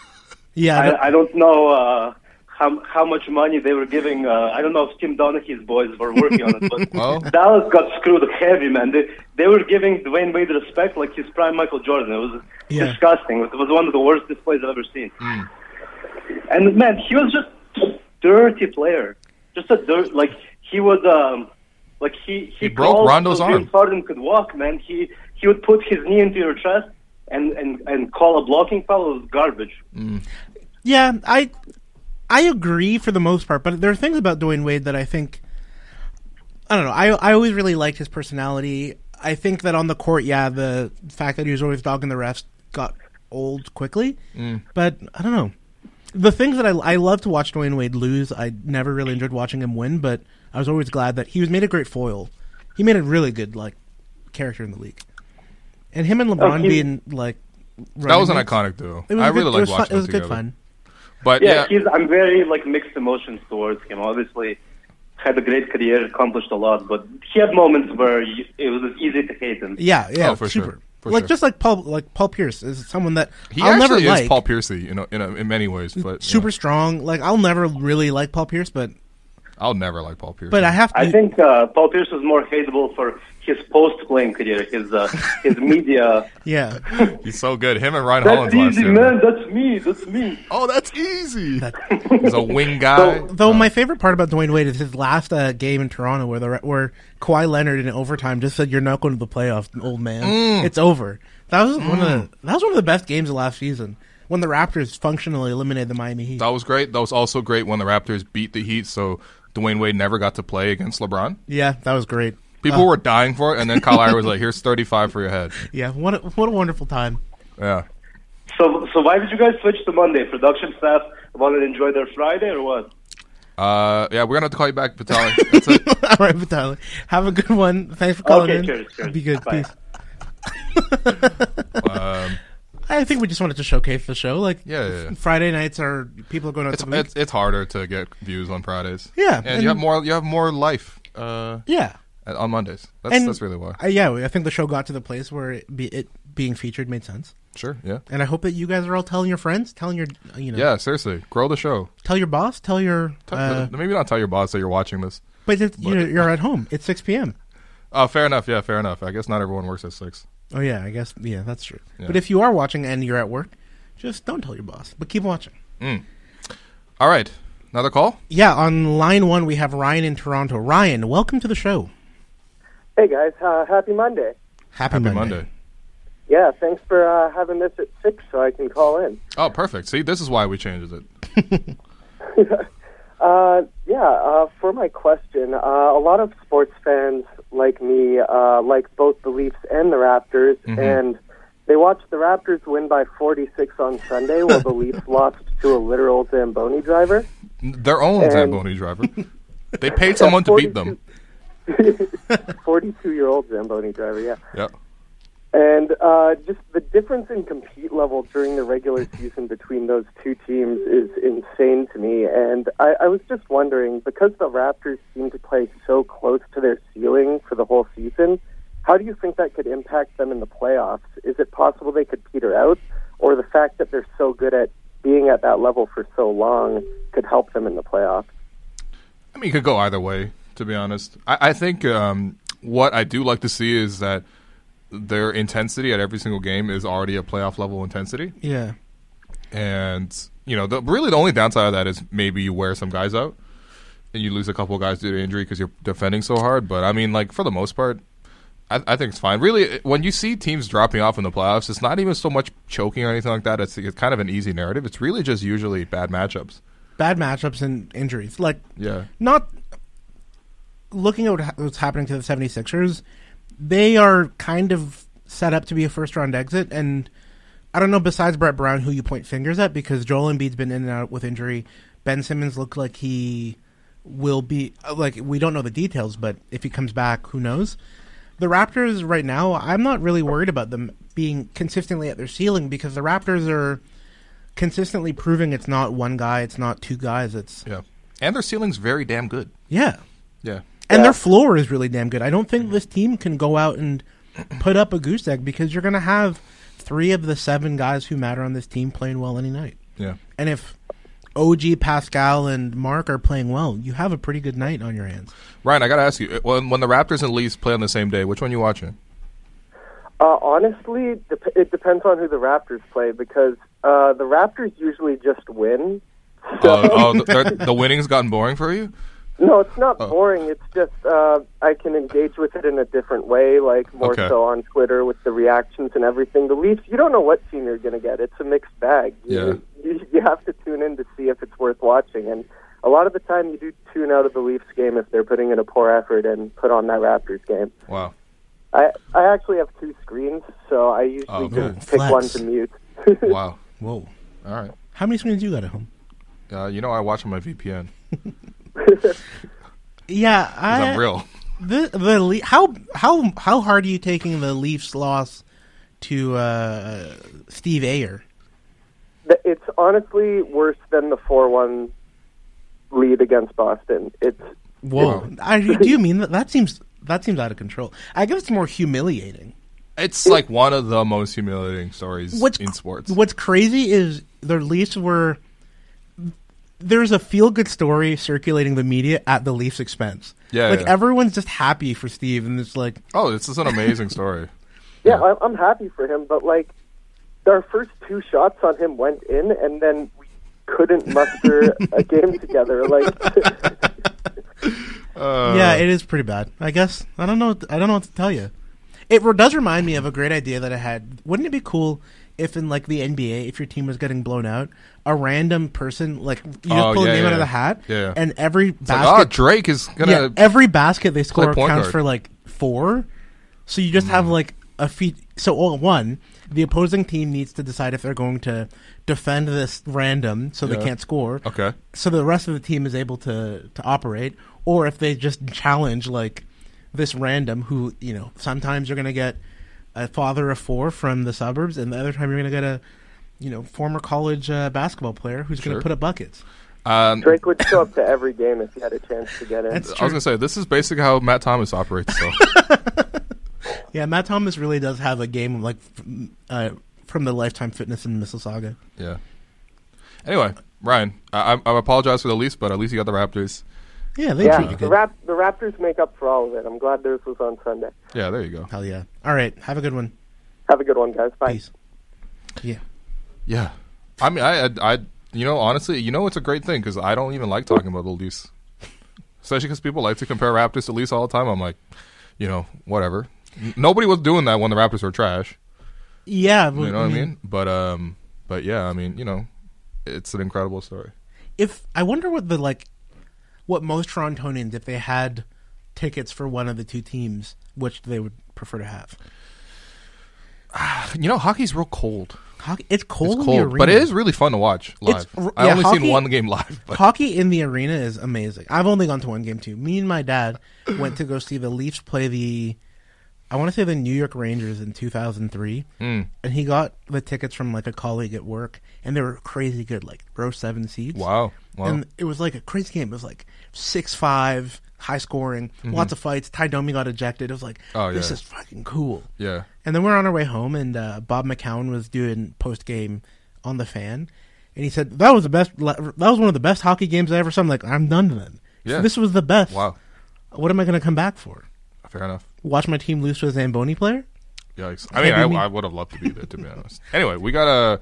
S2: Yeah, I don't-
S4: I, I don't know uh, how how much money they were giving. Uh, I don't know if Tim Donaghy's boys were working on it, but
S1: Well.
S4: Dallas got screwed heavy, man. They they were giving Dwayne Wade respect like he's prime Michael Jordan. It was
S2: Yeah.
S4: disgusting. It was one of the worst displays I've ever seen.
S1: Hmm.
S4: And man, he was just a dirty player, just a dirt like he was. Um, like he he,
S1: He broke
S4: crawled
S1: Rondo's
S4: so
S1: arm.
S4: James Harden could walk, man. He he would put his knee into your chest and and and call a blocking foul. It was garbage.
S2: Yeah, I I agree for the most part, but there are things about Dwayne Wade that I think I don't know. I I always really liked his personality. I think that on the court, yeah, the fact that he was always dogging the refs got old quickly. But I don't know. The things that I I love to watch Dwayne Wade lose. I never really enjoyed watching him win, but I was always glad that he was made a great foil. He made a really good like character in the league. And him and LeBron
S4: he-
S2: being like
S1: That was an iconic duo.
S2: It was
S1: I
S2: a good,
S1: really
S2: it
S1: like
S2: was fun-
S1: watching
S2: It was
S1: them
S2: good
S1: together.
S2: fun.
S1: But
S4: yeah,
S1: yeah,
S4: he's I'm very like mixed emotions towards him. Obviously, had a great career, accomplished a lot, but he had moments where you, it was easy to hate him.
S2: Yeah, yeah,
S1: Oh, for
S2: super.
S1: sure, for
S2: like
S1: sure.
S2: just like Paul, like Paul Pierce is someone that
S1: he
S2: I'll never
S1: actually is
S2: like.
S1: Paul Piercy, you know, in, a, in many ways. But yeah,
S2: super strong. Like I'll never really like Paul Pierce, but
S1: I'll never like Paul Piercy.
S2: but I have to.
S4: I think uh, Paul Pierce was more hateable for his post-playing career, his uh, his media.
S2: yeah,
S1: he's so good. Him and Ryan Hollins
S4: That's
S1: last
S4: easy,
S1: year.
S4: man. That's me. That's me.
S1: Oh, that's easy. he's a wing guy. Oh.
S2: though my favorite part about Dwayne Wade is his last uh, game in Toronto, where the re- where Kawhi Leonard in overtime just said, "You're not going to the playoffs, old man.
S1: Mm.
S2: It's over." That was one of the, that was one of the best games of last season when the Raptors functionally eliminated the Miami Heat.
S1: That was great. That was also great when the Raptors beat the Heat, so Dwayne Wade never got to play against LeBron.
S2: Yeah, that was great.
S1: People
S2: Uh,
S1: were dying for it, and then Kyle Lowry was like, "Here's 35 for your head."
S2: yeah, what a, what a wonderful time.
S1: Yeah,
S4: So so why did you guys switch to Monday? Production staff wanted to enjoy their Friday or what?
S1: uh, yeah. We're gonna have to call you back, Vitaly. That's it.
S2: All right, but Tyler, have a good one. Thanks for calling
S4: Okay,
S2: in.
S4: cheers, cheers.
S2: Be good.
S4: Bye.
S2: Peace.
S1: Um,
S2: I think we just wanted to showcase the show. Like,
S1: Yeah, yeah, yeah.
S2: Friday nights are people are going out
S1: It's,
S2: to the week.
S1: it's it's harder to get views on Fridays.
S2: Yeah,
S1: and,
S2: and-
S1: you have more you have more life uh,
S2: yeah,
S1: on Mondays. That's
S2: and
S1: that's really why.
S2: I, yeah, I think the show got to the place where it, be, it being featured made sense.
S1: Sure. Yeah.
S2: And I hope that you guys are all telling your friends, telling your you know,
S1: Yeah. Seriously, grow the show.
S2: tell your boss, tell your.
S1: T-
S2: uh,
S1: Maybe not tell your boss that you're watching this.
S2: but it's, you're, you're at home. It's six p.m.
S1: Oh, fair enough. Yeah, fair enough. I guess not everyone works at six.
S2: Oh yeah, I guess yeah, that's true.
S1: Yeah.
S2: But if you are watching and you're at work, just don't tell your boss, but keep watching.
S1: Mm. All right, another call.
S2: Yeah, on line one we have Ryan in Toronto. Ryan, welcome to the show.
S5: Hey guys, uh, happy Monday.
S2: Happy,
S1: Happy
S2: Monday.
S1: Monday.
S5: Yeah, thanks for uh, having this at six so I can call in.
S1: Oh, perfect. See, this is why we changed it.
S5: Uh, yeah, uh, for my question, uh, a lot of sports fans like me uh, like both the Leafs and the Raptors, and they watched the Raptors win by 46 on Sunday while the Leafs lost to a literal Zamboni driver.
S1: Their own
S5: And-
S1: Zamboni driver. They paid someone to beat them.
S5: 42 year old Zamboni driver, yeah.
S1: Yep.
S5: And uh, just the difference in compete level during the regular season between those two teams is insane to me. And I, I was just wondering because the Raptors seem to play so close to their ceiling for the whole season, how do you think that could impact them in the playoffs? Is it possible they could peter out, or the fact that they're so good at being at that level for so long could help them in the playoffs?
S1: I mean, it could go either way, to be honest. I, I think um, what I do like to see is that their intensity at every single game is already a playoff level intensity.
S2: Yeah.
S1: And, you know, the, really the only downside of that is maybe you wear some guys out and you lose a couple guys due to injury because you're defending so hard. But, I mean, like, for the most part, I, I think it's fine. Really, when you see teams dropping off in the playoffs, it's not even so much choking or anything like that. It's, it's kind of an easy narrative. It's really just usually bad matchups.
S2: Bad matchups and injuries. Like,
S1: Yeah.
S2: not looking at what ha- what's happening to the 76ers, they are kind of set up to be a first round exit. And I don't know, besides Brett Brown, who you point fingers at because Joel Embiid's been in and out with injury. Ben Simmons looked like he will be, uh, like, we don't know the details, but if he comes back, who knows? The Raptors, right now, I'm not really worried about them being consistently at their ceiling because the Raptors are consistently proving it's not one guy, it's not two guys, it's.
S1: Yeah. And their ceiling's very damn good.
S2: Yeah.
S1: Yeah.
S2: And their floor is really damn good. I don't think this team can go out and put up a goose egg because you're going to have three of the seven guys who matter on this team playing well any night.
S1: Yeah.
S2: And if OG, Pascal, and Mark are playing well, you have a pretty good night on your hands.
S1: Ryan, I got to ask you when, when the Raptors and Leafs play on the same day, which one you watching?
S5: Uh, honestly, dep- it depends on who the Raptors play because uh, the Raptors usually just win.
S1: Uh, oh, the, they're- the winning's gotten boring for you?
S5: No, it's not
S1: Oh.
S5: boring. It's just uh, I can engage with it in a different way, like more
S1: Okay.
S5: so on Twitter with the reactions and everything. The Leafs, you don't know what team you're going to get. It's a mixed bag. You, you, you have to tune in to see if it's worth watching. And a lot of the time, you do tune out of the Leafs game if they're putting in a poor effort and put on that Raptors game.
S1: Wow.
S5: I I actually have two screens, so I usually
S1: Oh,
S5: just
S2: cool.
S5: pick
S2: Flex.
S5: one to mute.
S1: Wow.
S2: Whoa.
S1: All right.
S2: How many screens do you got at home?
S1: Uh, you know, I watch on my VPN. 'cause
S2: Yeah, I,
S1: I'm real.
S2: The the Le- how how how hard are you taking the Leafs loss to uh, Steve Ayer?
S5: Th- It's honestly worse than the four-one lead against Boston. It's
S2: Whoa! I, do you mean that? That seems that seems out of control. I guess it's more humiliating.
S1: It's like one of the most humiliating stories
S2: What's
S1: in sports.
S2: What's crazy is the Leafs were. There's a feel good story circulating the media at the Leafs' expense.
S1: Yeah,
S2: like
S1: yeah.
S2: everyone's just happy for Steve, and it's like,
S1: Oh, this is an amazing story.
S5: yeah, I I'm happy for him, but like our first two shots on him went in, and then we couldn't muster a game together. Like
S1: Uh,
S2: yeah, it is pretty bad. I guess I don't know. what- I don't know what to tell you. It re- does remind me of a great idea that I had. Wouldn't it be cool if, in like the NBA, if your team was getting blown out, a random person like you just
S1: Oh,
S2: pull a
S1: yeah,
S2: name out
S1: yeah.
S2: of the hat,
S1: Yeah.
S2: and every
S1: Like,
S2: basket
S1: oh, Drake is going
S2: yeah,
S1: to.
S2: every basket they score
S1: point
S2: counts
S1: guard.
S2: for like four. So you just
S1: Hmm.
S2: have like a feat. So all one, the opposing team needs to decide if they're going to defend this random, so they
S1: Yeah.
S2: can't score.
S1: Okay.
S2: So the rest of the team is able to to operate, or if they just challenge like this random, who you know sometimes you're going to get a father of four from the suburbs, and the other time you're going to get a you know former college uh, basketball player who's going to
S1: Sure.
S2: put up buckets.
S5: Drake would show up to every game if he had a chance to get in.
S2: That's
S1: I Um, was going to say, this is basically how Matt Thomas operates. So.
S2: Yeah, Matt Thomas really does have a game like from, uh, from the Lifetime Fitness in Mississauga.
S1: yeah. Anyway, Ryan, I, I, I apologize for the Leafs, but at least you got the Raptors.
S2: Yeah, they treat
S5: yeah,
S2: you
S5: the,
S2: good.
S5: rap- the Raptors make up for all of it. I'm glad theirs was on Sunday.
S1: Yeah, there you go.
S2: Hell yeah! All right, have a good one.
S5: Have a good one, guys. Bye.
S2: Peace. Yeah,
S1: Yeah, I mean, I, I, I you know, honestly, you know, it's a great thing because I don't even like talking about the Leafs, especially because people like to compare Raptors to Leafs all the time. I'm like, you know, whatever. N- Nobody was doing that when the Raptors were trash.
S2: yeah. but
S1: You know what I mean? But um, but yeah, I mean, you know, it's an incredible story.
S2: If I wonder what the like, what most Torontonians, if they had tickets for one of the two teams, which they would prefer to have.
S1: You know, Oh, hockey's real cold.
S2: Hockey, it's cold.
S1: It's
S2: in the
S1: cold,
S2: arena.
S1: but it is really fun to watch live.
S2: It's r-
S1: I
S2: yeah,
S1: only
S2: hockey-
S1: seen one game live, but
S2: Hockey in the arena is amazing. I've only gone to one game too. Me and my dad went to go see the Leafs play the I want to say the New York Rangers in 2003,
S1: Mm.
S2: and he got the tickets from like a colleague at work, and they were crazy good, like row seven seats.
S1: Wow. Wow.
S2: And it was like a crazy game. It was like six five, high scoring, lots of fights. Ty Domi got ejected. It was like,
S1: Mm-hmm. Oh,
S2: this
S1: yeah.
S2: is fucking cool.
S1: Yeah.
S2: And then we're on our way home, and uh, Bob McCown was doing post game on the fan, and he said that was the best. That was one of the best hockey games I ever saw. I'm like, I'm done then.
S1: Yeah.
S2: So this was the best.
S1: Wow.
S2: What am I going to come back for?
S1: Fair enough.
S2: Watch my team lose to a Zamboni player?
S1: Yikes. I mean,
S2: Maybe me-
S1: I, I would have loved to be there, to be honest. Anyway, we got a.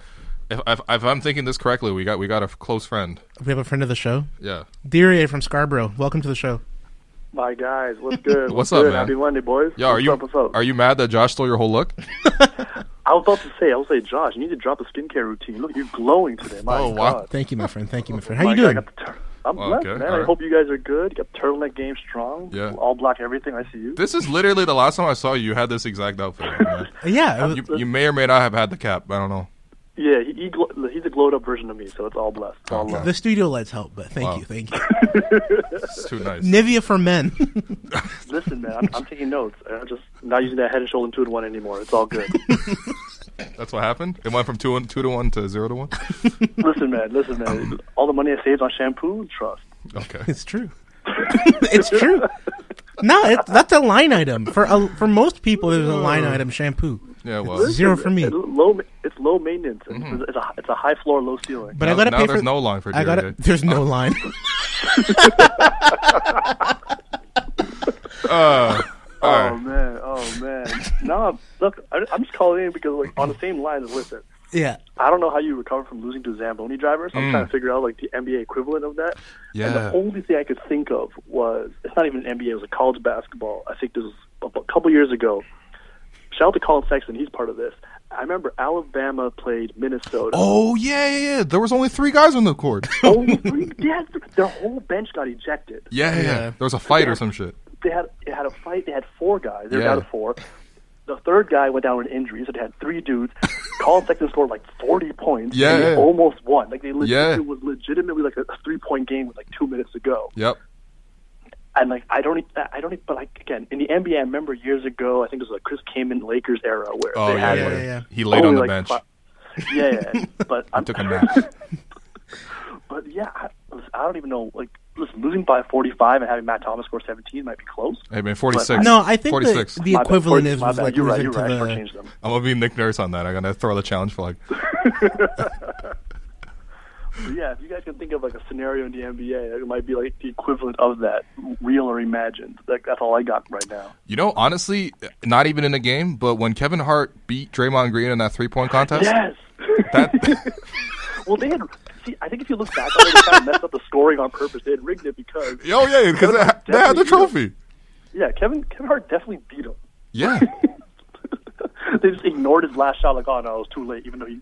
S1: If, if, if I'm thinking this correctly, we got we got a close friend.
S2: We have a friend of the show,
S1: Yeah.
S2: Dearie from Scarborough. Welcome to the show.
S6: My guys, what's good?
S1: What's up,
S6: good?
S1: man?
S6: Happy Monday, boys.
S1: Yeah. Are
S6: what's
S1: you
S6: Up, what's up?
S1: are you mad that Josh stole your whole look?
S6: I was about to say, I was like, Josh, you need to drop a skincare routine. Look, you're glowing today. My
S1: Oh, wow.
S6: God.
S2: Thank you, my friend. Thank you, my friend.
S6: Oh, My
S2: How you
S6: God, I
S2: doing?
S6: got the tur- I'm
S1: Oh,
S6: blessed,
S1: okay,
S6: man.
S1: all
S6: I
S1: right.
S6: hope you guys are good. You got turtleneck game strong.
S1: Yeah.
S6: All black everything. I see you.
S1: This is literally the last time I saw you. You had this exact outfit. man.
S2: Yeah, it
S1: you,
S2: was-
S1: you may or may not have had the cap. I don't know.
S6: yeah, he, he gl- he's a glowed up version of me, so it's all blessed. It's all
S1: Okay.
S6: love.
S2: the studio lights help, but thank
S1: Wow.
S2: you, thank you.
S1: It's too nice.
S2: Nivea for men.
S6: Listen, man, I'm, I'm taking notes. I'm just not using that head and shoulder two to one anymore. It's all good.
S1: That's what happened. It went from two and two to one to zero to one.
S6: listen, man, listen, man. All the money I saved on shampoo, trust.
S1: Okay.
S2: it's true. it's true. No, it, that's a line item for a, for most people. There's a line item shampoo.
S1: Yeah. Well.
S2: It's zero for me.
S6: It's low, ma- it's low maintenance. and It's, it's, a, it's a high floor, low ceiling.
S2: But I
S1: Now-
S2: gotta
S1: now
S2: pay
S1: there's
S2: for.
S1: no line for
S2: I gotta.
S1: Dearie.
S2: There's no line.
S1: Uh,
S6: Oh man, oh man. no, look, I, I'm just calling in because like on the same line as listen.
S2: yeah.
S6: I don't know how you recover from losing to a Zamboni driver, so I'm
S1: Mm.
S6: trying to figure out like the NBA equivalent of that. And
S1: Yeah.
S6: the only thing I could think of was it's not even NBA; it was a college basketball. I think this was a, a couple years ago. Shout out to Colin Sexton; he's part of this. I remember Alabama played Minnesota.
S1: Oh yeah, yeah, yeah. There was only three guys on the court.
S6: Only three, Oh, they had, their whole bench got ejected.
S1: Yeah, yeah. yeah. There was a fight or some shit.
S6: they had they had a fight. They had four guys. They were
S1: Yeah.
S6: down to four. The third guy went down with an injury, so they had three dudes. Colin Sexton scored like forty points.
S1: Yeah,
S6: and they
S1: yeah.
S6: almost won. Like they legit,
S1: Yeah.
S6: it was legitimately like a three point game with like two minutes to go.
S1: Yep.
S6: And like I don't, e- I don't. e- But like again, in the NBA, I remember years ago. I think it was like Chris Kaman Lakers era where
S1: Oh
S6: they
S1: yeah,
S6: had
S1: yeah,
S6: like
S2: yeah, yeah.
S1: He laid
S6: only,
S1: on the
S6: like,
S1: bench.
S6: fi- yeah, yeah. but I'm,
S1: Took a nap.
S6: but yeah, I, I don't even know. Like listen, losing by forty five and having Matt Thomas score seventeen might be close.
S1: Hey man, forty six.
S2: No, I think the,
S1: 46.
S2: the
S6: My bad,
S2: equivalent
S6: 40
S2: is
S6: my
S2: was
S6: bad.
S2: like
S6: you're right.
S2: losing
S6: You're
S2: to
S6: right. I
S2: the.
S6: shortchanged them.
S1: I'm gonna be Nick Nurse on that. I'm gonna throw the challenge flag.
S6: Yeah, if you guys can think of like a scenario in the NBA, it might be like the equivalent of that, real or imagined. Like that's all I got right now.
S1: You know, honestly, not even in a game, but when Kevin Hart beat Draymond Green in that three point contest,
S6: Yes.
S1: that
S6: Well, they had. See, I think if you look back, on it, they kind of messed up the scoring on purpose. They had rigged it because
S1: oh yeah, because they, they had
S6: Definitely, you know.
S1: the trophy.
S6: yeah, Kevin Kevin Hart definitely beat him.
S1: Yeah,
S6: they just ignored his last shot. Like, oh no, it was too late. Even though he,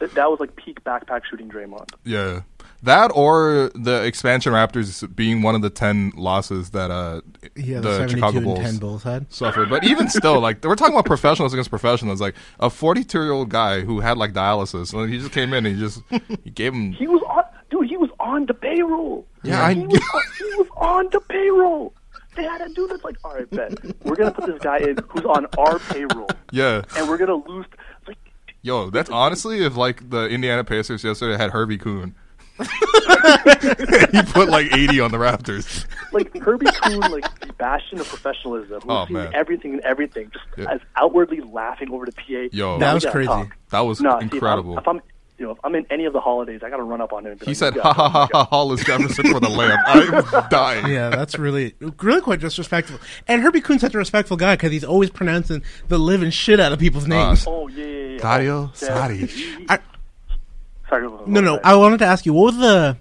S6: that, that was like peak backpack shooting Draymond.
S1: yeah. That or the expansion Raptors being one of the ten losses that uh
S2: Yeah, the,
S1: the,
S2: 72
S1: Chicago
S2: and
S1: Bulls
S2: 10 Bulls had.
S1: suffered. But even still, like we're talking about professionals against professionals. Like a forty-two-year-old guy who had like dialysis, and he just came in and he just he gave him.
S6: He was on, dude. He was on the payroll.
S1: Yeah, I-
S6: he, was on, he was on the payroll. They had a dude that's like, all right, bet we're gonna put this guy in who's on our payroll,
S1: Yeah,
S6: and we're gonna lose. Like,
S1: yo, that's honestly if like the Indiana Pacers yesterday had Herbie Coon. he put like eighty on the Raptors.
S6: like Herbie Coon, like the bastion of professionalism, who's
S1: Oh,
S6: seen
S1: man.
S6: everything and everything, just
S1: Yeah.
S6: as outwardly laughing over the PA.
S1: Yo.
S6: Now
S1: That
S6: we
S2: was
S6: gotta
S2: crazy.
S6: talk.
S1: That was
S6: Nah, Oh. see, if I'm-
S1: incredible.
S6: if I'm, you know, if I'm in any of the holidays, I gotta run up on him. and be
S1: he
S6: like,
S1: said,
S6: "Yeah,
S1: "Ha ha ha ha, Hollis Jefferson for the lamb." I'm dying.
S2: Yeah, that's really, really quite disrespectful. And Herbie Coon's such a respectful guy because he's always pronouncing the living shit out of people's names.
S6: Oh yeah, yeah, yeah.
S1: Uh, Dario
S6: Yeah.
S1: Saric.
S2: I-
S6: Sorry,
S2: No, no. I wanted to ask you, what was the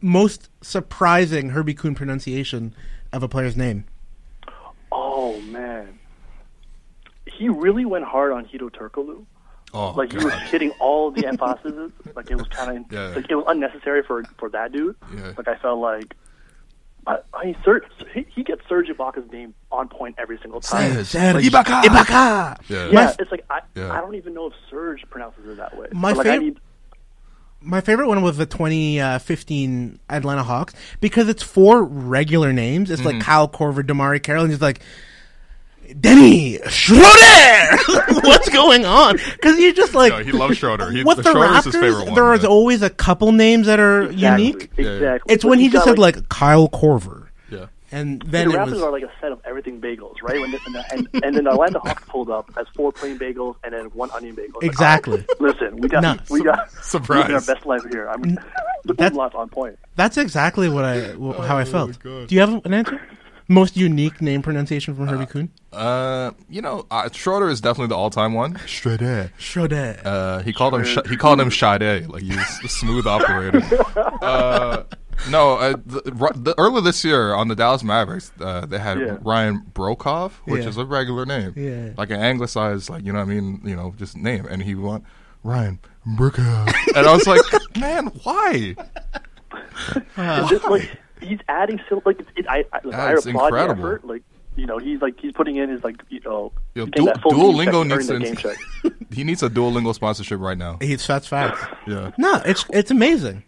S2: most surprising Herbie Kuhn pronunciation of a player's name?
S6: Oh man, he really went hard on Hito Turkoglu.
S1: Oh,
S6: like he was
S1: God.
S6: hitting all the emphases. like it was kind of
S1: Yeah.
S6: like it was unnecessary for for that dude.
S1: Yeah.
S6: Like I felt like. I, I mean, Serge, he, he gets Serge Ibaka's name on point every single time.
S2: Serge
S1: Ibaka.
S2: Ibaka.
S1: Yeah.
S6: Yeah,
S2: My-
S6: it's like I,
S1: Yeah.
S6: I don't even know if Serge pronounces it that way.
S2: My
S6: But, like, I
S2: fav-
S6: need,
S2: My favorite one was the 2015 Atlanta Hawks
S6: Mm-hmm.
S2: because it's four regular names. It's like Kyle Corver, Damari Carroll, and he's like, Denny Schroeder, what's going on? Because you're just like
S1: No, he loves Schroeder. He-
S2: with
S1: the
S2: the
S1: Schroeder's his
S2: Raptors,
S1: favorite one,
S2: there
S1: yeah.
S2: is always a couple names that are
S6: Exactly.
S2: unique.
S6: Exactly.
S2: It's when he
S6: He's
S2: just
S6: got,
S2: said like Kyle Corver,
S1: Yeah.
S2: and
S6: The
S2: then it
S6: Raptors
S2: was
S6: are like a set of everything bagels, right? When the, and, the, and, and then the Atlanta Hawks pulled up as four plain bagels and then one onion bagel. It's like,
S2: Exactly.
S6: oh, listen, we got
S2: Nah.
S6: we got
S1: Surprise.
S6: we got our best life here. I mean, the
S2: That's-
S6: lot's on point.
S2: that's exactly what I wh- how I felt.
S1: Oh, God.
S2: Do you have an answer? Most unique name pronunciation from Herbie Kuhn?
S1: Uh, you know, uh, Schroeder is definitely the all-time one. Schroeder.
S2: Schroeder.
S1: Uh, he called him Sh- he called him Sade, like he's a smooth operator. Uh, no, uh, the, r- the, earlier this year on the Dallas Mavericks, uh, they had
S6: Yeah.
S1: Ryan Brokoff, which
S2: Yeah.
S1: is a regular name,
S2: Yeah.
S1: like an anglicized, like you know what I mean, you know, just name, and he went Ryan Brokoff, and I was like, man, why?
S2: Uh,
S6: It's just like he's adding sil- like it's, it, I I, look, I
S1: That's
S6: applaud the
S1: incredible.
S6: effort. Like you know, he's like he's putting in his like you know,
S1: Yo,
S6: he came
S1: Duo-
S6: that full game
S1: Duolingo
S6: check and
S1: needs
S6: earned
S1: to-
S6: that game check.
S1: He needs a Duolingo sponsorship right now.
S2: He's that's facts.
S1: Yeah.
S2: No, it's it's amazing.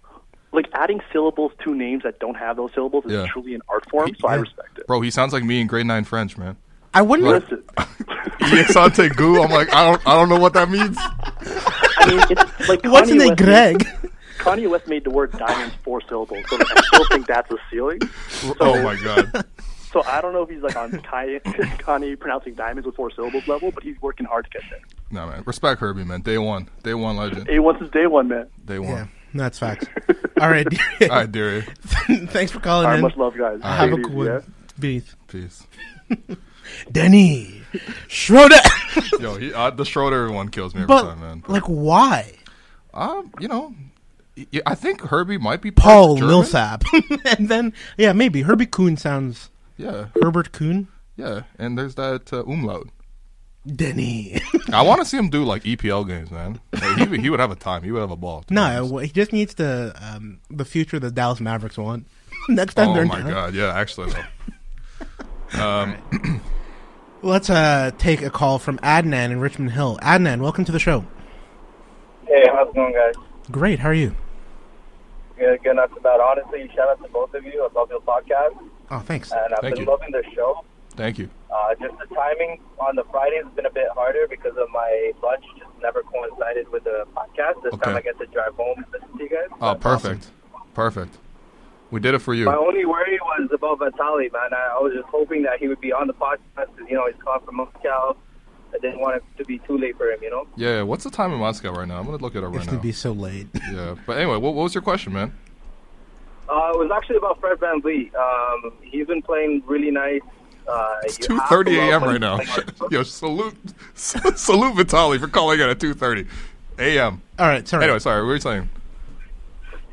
S6: Like adding syllables to names that don't have those syllables is
S1: Yeah.
S6: truly an art form. So I respect it.
S1: Bro, he sounds like me in grade nine French, man.
S2: I wouldn't.
S6: Listen,
S1: Iexante goo. I'm like, I don't, I don't know what that means.
S6: I mean, it's like
S2: What's
S6: Kanye
S2: in
S6: West
S2: it,
S6: made-
S2: Greg?
S6: Kanye West made the word diamonds four syllables, so like, I still think that's a ceiling.
S1: Oh my god.
S6: So I don't know if he's like on Kanye, Kanye pronouncing diamonds with four syllables level, but he's working hard to get there.
S1: No man, respect Herbie, man. Day one, day one legend,
S6: A once is day one, man.
S1: day one.
S2: Yeah, no, that's facts. All right,
S1: All right, dearie.
S2: thanks for calling
S6: All right,
S2: in.
S6: much love, guys.
S2: Have a
S6: Take it
S2: cool
S6: easy, yeah?
S2: one. Beef.
S1: Peace.
S2: Denny Schroeder.
S1: Yo, he, uh, the Schroeder one kills me every
S2: but
S1: time, man. But,
S2: like, why?
S1: um, you know, y- I think Herbie might be part
S2: Paul
S1: German.
S2: Millsap, and then yeah, maybe Herbie Kuhn sounds
S1: Yeah,
S2: Herbert Kuhn.
S1: yeah. And there's that uh, umlaut.
S2: Denny.
S1: I want to see him do like EPL games, man. Like, he, would- he would have a time. He would have a ball. to be
S2: no,
S1: honest.
S2: well, he just needs to um, the future the Dallas Mavericks want. Next time
S1: Oh
S2: they're
S1: my
S2: down.
S1: god. Yeah, actually. though. Um,
S2: Let's uh, take a call from Adnan in Richmond Hill. Adnan, welcome to the show.
S7: Hey, how's it going, guys?
S2: Great, how are you?
S7: Good, good. That's about honestly. Shout out to both of you. I love your podcast,
S2: Oh, thanks.
S7: and I've
S1: Thank
S7: been
S1: you.
S7: loving the show.
S1: thank you.
S7: Uh, just the timing on the Fridays has been a bit harder because of my lunch just never coincided with the podcast. This time
S1: Okay.
S7: I get to drive home and listen to you guys.
S1: Oh, perfect, perfect. We did it for you.
S7: My only worry was about Vitali, man. I, I was just hoping that he would be on the podcast because you know he's calling from Moscow. I didn't want it to be too late for him, you know.
S1: Yeah, what's the time in Moscow right now? I'm gonna look it up
S2: It's
S1: right
S2: gonna
S1: now.
S2: be so late.
S1: Yeah, but anyway, what, what was your question, man?
S7: Uh, it was actually about Fred Van Vliet. Um, he's been playing really nice. Uh,
S1: It's
S7: you
S1: two
S7: have to
S1: thirty
S7: love
S1: a.m.
S7: when
S1: right
S7: he's
S1: now.
S7: playing on-
S1: Yo, salute, salute Vitali for calling in at two thirty a.m.
S2: All right, sorry.
S1: Anyway, sorry, we were saying.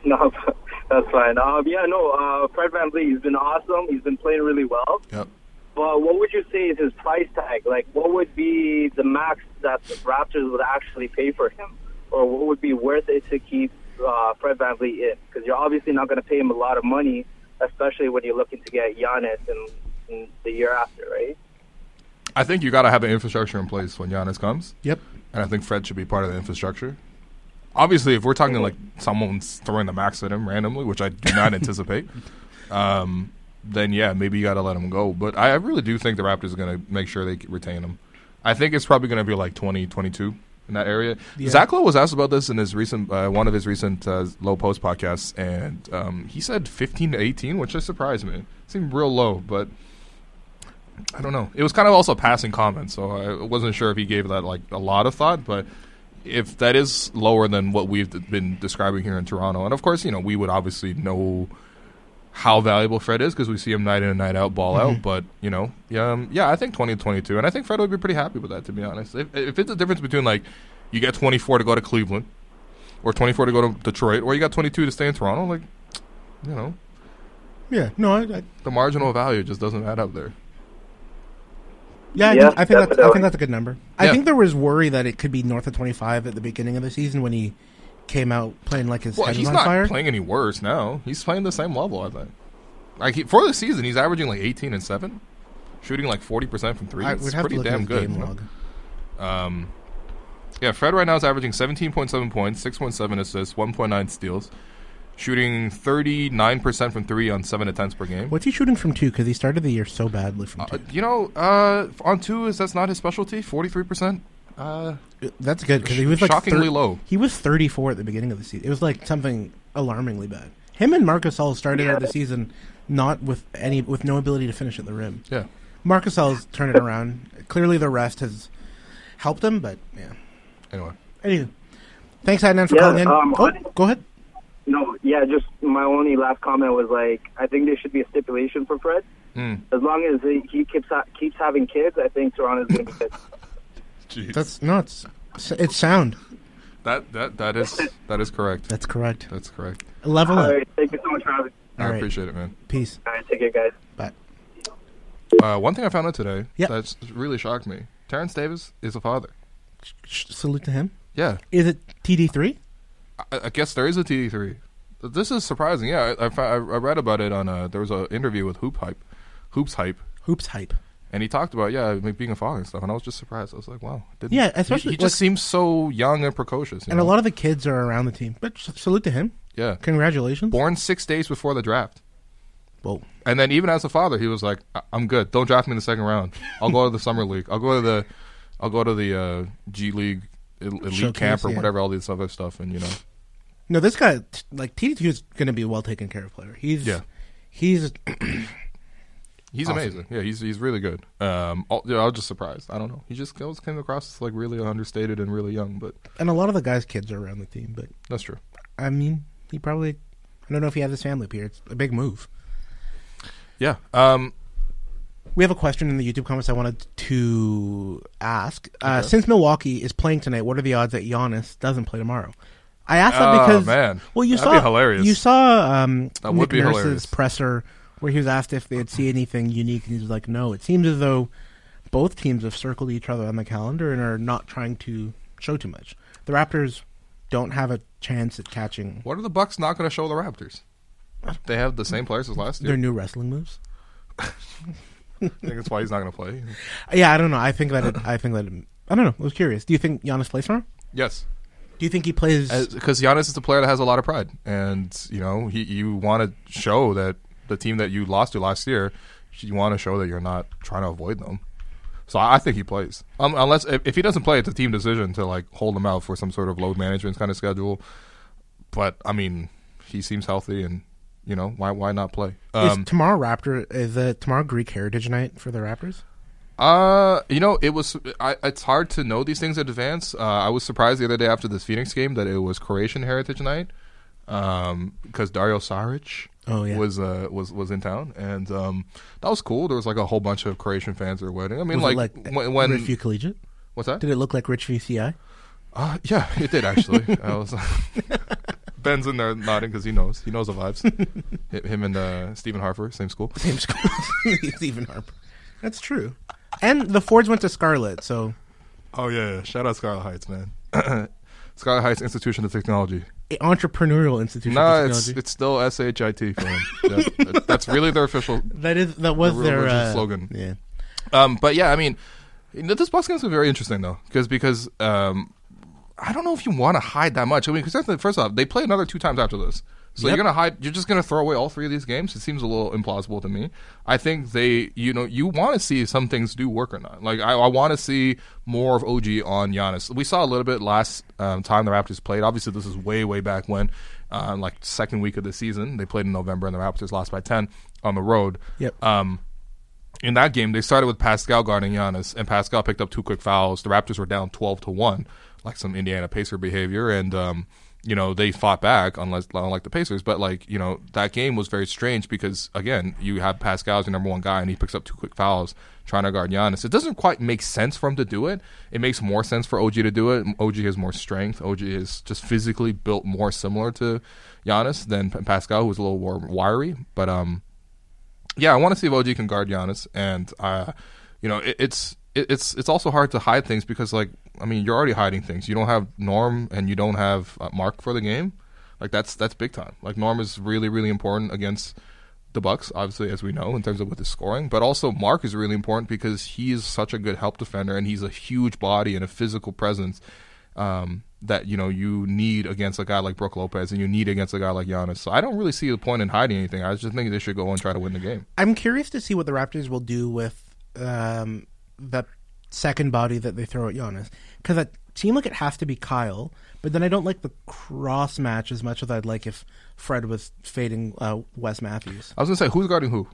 S7: No, that's fine. Um, yeah, no, uh, Fred Van Vliet, he's been awesome. He's been playing really well.
S1: Yep.
S7: But what would you say is his price tag? Like, what would be the max that the Raptors would actually pay for him? Or what would be worth it to keep uh, Fred Van Vliet in? Because you're obviously not going to pay him a lot of money, especially when you're looking to get Giannis in, in the year after, right?
S1: I think you gotta have an infrastructure in place when Giannis comes,
S2: Yep.
S1: and I think Fred should be part of the infrastructure. Obviously, if we're talking like someone's throwing the max at him randomly, which I do not anticipate, um, then yeah, maybe you gotta let him go. But I, I really do think the Raptors are gonna make sure they retain him. I think it's probably gonna be like 20, 22 in that area. Zach Lowe was asked about this in his recent uh, one of his recent uh, low post podcasts, and um, he said fifteen to eighteen, which just surprised me. It seemed real low, but I don't know. It was kind of also a passing comment, so I wasn't sure if he gave that like a lot of thought, but. If that is lower than what we've been describing here in Toronto, and of course, you know, we would obviously know how valuable Fred is because we see him night in and night out, ball out. But you know, yeah, um, yeah, I think twenty to twenty-two, and I think Fred would be pretty happy with that, to be honest. If, if it's the difference between like you get twenty-four to go to Cleveland, or twenty-four to go to Detroit, or you got twenty-two to stay in Toronto, like you know,
S2: Yeah. No. I, I,
S1: the marginal value just doesn't add up there.
S2: yeah.
S7: Yeah,
S2: I, think that's, I
S7: definitely.
S2: think that's a good number. I
S1: Yeah.
S2: think there was worry that it could be north of twenty five at the beginning of the season when he came out playing like his
S1: Well,
S2: head was
S1: he's
S2: on
S1: not
S2: fire.
S1: playing any worse now. He's playing the same level, I think. Like he, for the season, he's averaging like eighteen and seven, shooting like forty percent from three.
S2: I
S1: It's
S2: would have to
S1: pretty
S2: look at
S1: damn
S2: his
S1: good.
S2: game
S1: you know?
S2: log.
S1: Um, yeah, Fred right now is averaging 17.7 points, 6.7 assists, 1.9 steals, shooting 39% from three on seven attempts per game.
S2: What's he shooting from two? Because he started the year so badly from two.
S1: You know, uh, on two is that's not his specialty. Forty-three percent. Uh,
S2: That's good because he was like
S1: shockingly
S2: thir-
S1: low.
S2: He was 34 at the beginning of the season. It was like something alarmingly bad. Him and Marcus All started out the season not with any with no ability to finish at the rim.
S1: Yeah.
S2: Marcus All's turned it around. Clearly, the rest has helped him, but yeah.
S1: Anyway,
S2: Anywho, thanks Adnan for
S7: Yeah,
S2: calling in.
S7: um,
S2: oh,
S7: I-
S2: go ahead.
S7: No, yeah, just my only last comment was like, I think there should be a stipulation for Fred.
S1: Mm.
S7: As long as he, he keeps ha- keeps having kids, I think Toronto's going to be good.
S1: Jeez.
S2: That's no, it's it's sound.
S1: that that that is that is correct.
S2: That's correct.
S1: That's correct.
S2: Level
S7: All
S2: up.
S7: right, thank you so much for having. me.
S2: All
S1: I
S2: right.
S1: appreciate it, man.
S2: Peace.
S7: All right, take care, guys.
S2: Bye.
S1: Uh, one thing I found out today
S2: Yeah.
S1: that's really shocked me: Terrence Davis is a father.
S2: Sh- salute to him.
S1: Yeah,
S2: Is it TD three?
S1: I, I guess there is a TD three. This is surprising. Yeah, I, I, fou- I read about it on a there was an interview with Hoop Hype, Hoops Hype,
S2: Hoops hype.
S1: and he talked about yeah like, being a father and stuff. And I was just surprised. I was like, wow. didn't-
S2: Yeah,
S1: he-
S2: especially,
S1: he, just
S2: like-
S1: seems so young and precocious.
S2: And a lot of the kids are around the team. But s- salute to him.
S1: yeah,
S2: Congratulations.
S1: born six days before the draft.
S2: Whoa.
S1: And then even as a father, he was like, "I- "I'm good. Don't draft me in the second round. I'll go to the summer league. I'll go to the, I'll go to the uh, G League el- elite
S2: Showcase,
S1: camp or
S2: yeah.
S1: whatever. All this other stuff, and you know,
S2: No, this guy t- like TD two is going to be a well taken care of player. He's
S1: Yeah.
S2: he's
S1: he's amazing. Yeah, he's he's really good. Um, all, yeah, I was just surprised. I don't know. He just always came across as like really understated and really young, but
S2: and a lot of the guys' kids are around the team. But
S1: that's true.
S2: I mean, he probably I don't know if he has his family up here. It's a big move.
S1: Yeah. Um,
S2: We have a question in the YouTube comments I wanted to ask. Uh, Since Milwaukee is playing tonight, what are the odds that Giannis doesn't play tomorrow? I asked that
S1: Oh,
S2: because
S1: man.
S2: well, you
S1: That'd
S2: saw
S1: be hilarious.
S2: you saw um,
S1: That
S2: Nick
S1: would be
S2: Nurse's
S1: hilarious.
S2: presser where he was asked if they'd see anything unique, and he was like, "No." It seems as though both teams have circled each other on the calendar and are not trying to show too much. The Raptors don't have a chance at catching
S1: what are the Bucks not going to show the Raptors? They have the same players as last year.
S2: their new wrestling moves.
S1: I think that's why he's not going to play.
S2: Yeah, I don't know. I think that it, I think that it, I don't know. I was curious. Do you think Giannis plays tomorrow?
S1: Yes.
S2: Do you think he plays?
S1: because Uh, Giannis is a player that has a lot of pride, and you know he, you want to show that the team that you lost to last year, you want to show that you're not trying to avoid them. So I I think he plays, um, unless if, if he doesn't play, it's a team decision to like hold him out for some sort of load management kind of schedule. But I mean, he seems healthy, and you know why why not play?
S2: Is
S1: Um,
S2: tomorrow Raptor is uh, tomorrow Greek Heritage Night for the Raptors?
S1: Uh, you know, it was. I, it's hard to know these things in advance. Uh, I was surprised the other day after this Phoenix game that it was Croatian Heritage Night, um, because Dario Saric
S2: Oh, yeah.
S1: was uh was was in town, and um, that was cool. There was like a whole bunch of Croatian fans at the wedding. I mean,
S2: Was
S1: like,
S2: it like
S1: when, when
S2: Richview Collegiate?
S1: what's that?
S2: Did it look like Richview CI?
S1: Uh, yeah, it did actually. I was Ben's in there nodding because he knows. He knows the vibes. Hi- Him and uh, Stephen Harper, same school.
S2: Same school, Stephen Harper. That's true. And the Fords went to Scarlet, so
S1: Oh yeah, yeah. shout out Scarlet Heights, man. Scarlet Heights Institution of Technology.
S2: a entrepreneurial institution. of
S1: No, it's
S2: technology.
S1: it's still SHIT for him. Yeah, that- that's really their official.
S2: that is that was
S1: the
S2: their
S1: religious
S2: uh,
S1: slogan.
S2: Yeah,
S1: Um, but yeah, I mean, you know, this Bucks game's been very interesting though, because because um, I don't know if you want to hide that much. I mean, because first off, they play another two times after this, so
S2: Yep.
S1: you're gonna hide. You're just gonna throw away all three of these games. It seems a little implausible to me. I think they, you know, you want to see if some things do work or not. Like I, I want to see more of OG on Giannis. We saw a little bit last um, time the Raptors played. Obviously, this is way way back when. Uh, like second week of the season, they played in November, and the Raptors lost by ten on the road.
S2: Yep.
S1: Um, in that game, they started with Pascal guarding Giannis, and Pascal picked up two quick fouls. The Raptors were down twelve to one, like some Indiana Pacer behavior, and um, you know they fought back, unless unlike the Pacers. But like you know that game was very strange because again, you have Pascal as your number one guy, and he picks up two quick fouls trying to guard Giannis. It doesn't quite make sense for him to do it. It makes more sense for OG to do it. OG has more strength. OG is just physically built more similar to Giannis than P- Pascal, who's a little more wiry, but um yeah, I want to see if OG can guard Giannis, and uh, you know, it, it's it, it's it's also hard to hide things because, like, I mean, you're already hiding things. You don't have Norm, and you don't have uh, Mark for the game. Like that's that's big time. Like Norm is really really important against the Bucks, obviously, as we know in terms of with his scoring, but also Mark is really important because he is such a good help defender, and he's a huge body and a physical presence. Um, that you know you need against a guy like Brooke Lopez and you need against a guy like Giannis. So I don't really see the point in hiding anything. I just think they should go and try to win the game.
S2: I'm curious to see what the Raptors will do with um, that second body that they throw at Giannis because it seemed like it has to be Kyle, but then I don't like the cross match as much as I'd like if Fred was fading uh, Wes Matthews.
S1: I was gonna say who's guarding who.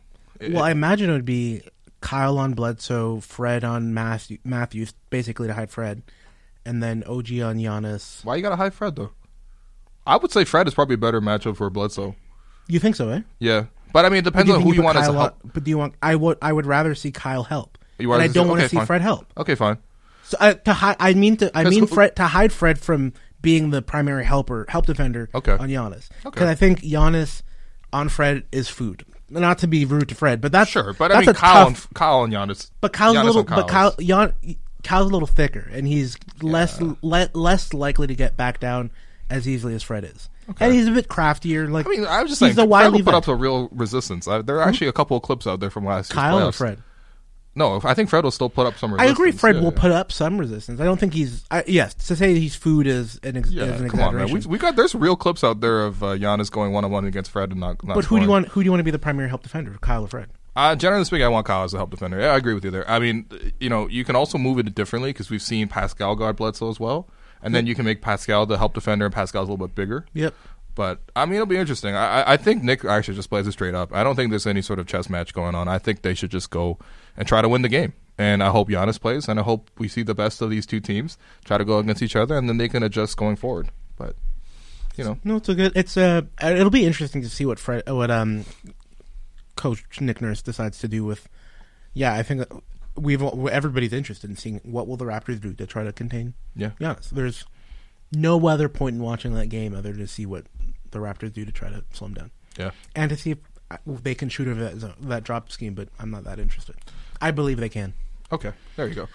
S2: Well, I imagine it would be Kyle on Bledsoe, Fred on Matthew, Matthews, basically to hide Fred, and then OG on Giannis.
S1: Why you gotta hide Fred though? I would say Fred is probably a better matchup for Bledsoe.
S2: You think so, eh?
S1: Yeah, but I mean it depends on who you
S2: put
S1: want as a
S2: Kyle on-
S1: help.
S2: But do you want? I would. I would rather see Kyle help.
S1: You
S2: and
S1: want
S2: I
S1: to see-
S2: don't want to
S1: okay,
S2: see
S1: fine.
S2: Fred help.
S1: Okay, fine.
S2: So uh, to hide, I mean to, I
S1: 'Cause
S2: mean
S1: who-
S2: Fred to hide Fred from being the primary helper, help defender
S1: Okay.
S2: on Giannis. Because
S1: Okay.
S2: I think Giannis on Fred is food. Not to be rude to Fred, but that's
S1: Sure, but I
S2: that's
S1: mean
S2: a
S1: Kyle,
S2: tough-
S1: and, Kyle and Giannis.
S2: but Kyle's
S1: Giannis
S2: a little,
S1: and Kyle
S2: but Kyle,
S1: is-
S2: Gian, Kyle's a little thicker, and he's less le- less likely to get back down as easily as Fred is, and he's a bit craftier. Like
S1: I mean, I was just
S2: he's
S1: saying, Fred
S2: a wily
S1: will put
S2: vet.
S1: up a real resistance. I, there are actually a couple of clips out there from last year's
S2: Kyle or
S1: playoffs.
S2: Fred.
S1: No, I think Fred will still put up some
S2: I
S1: resistance.
S2: agree. Fred
S1: Yeah,
S2: will
S1: yeah.
S2: put up some resistance. I don't think he's. I, yes, to say he's food is an, ex-
S1: Yeah,
S2: is an
S1: come on, man.
S2: exaggeration.
S1: We, we got there's real clips out there of uh, Giannis going one on one against Fred and not. not
S2: but who do you
S1: scoring.
S2: want? Who do you want to be the primary help defender? Kyle or Fred?
S1: Uh, generally speaking, I want Kyle as a help defender. Yeah, I agree with you there. I mean, you know, you can also move it differently because we've seen Pascal guard Bledsoe as well, and then you can make Pascal the help defender, and Pascal's a little bit bigger.
S2: Yep.
S1: But I mean, it'll be interesting. I, I- I think Nick actually just plays it straight up. I don't think there's any sort of chess match going on. I think they should just go and try to win the game. And I hope Giannis plays, and I hope we see the best of these two teams try to go against each other, and then they can adjust going forward. But you know,
S2: No, it's a good. It's a. uh, It'll be interesting to see what Fred, what um, Coach Nick Nurse decides to do with. Yeah, I think we've everybody's interested in seeing what will the Raptors do to try to contain.
S1: Yeah.
S2: Giannis. There's no other point in watching that game other to see what the Raptors do to try to slow him down.
S1: yeah.
S2: and to see if uh, they can shoot over that zone, that drop scheme. But I'm not that interested. I believe they can.
S1: Okay, there you go.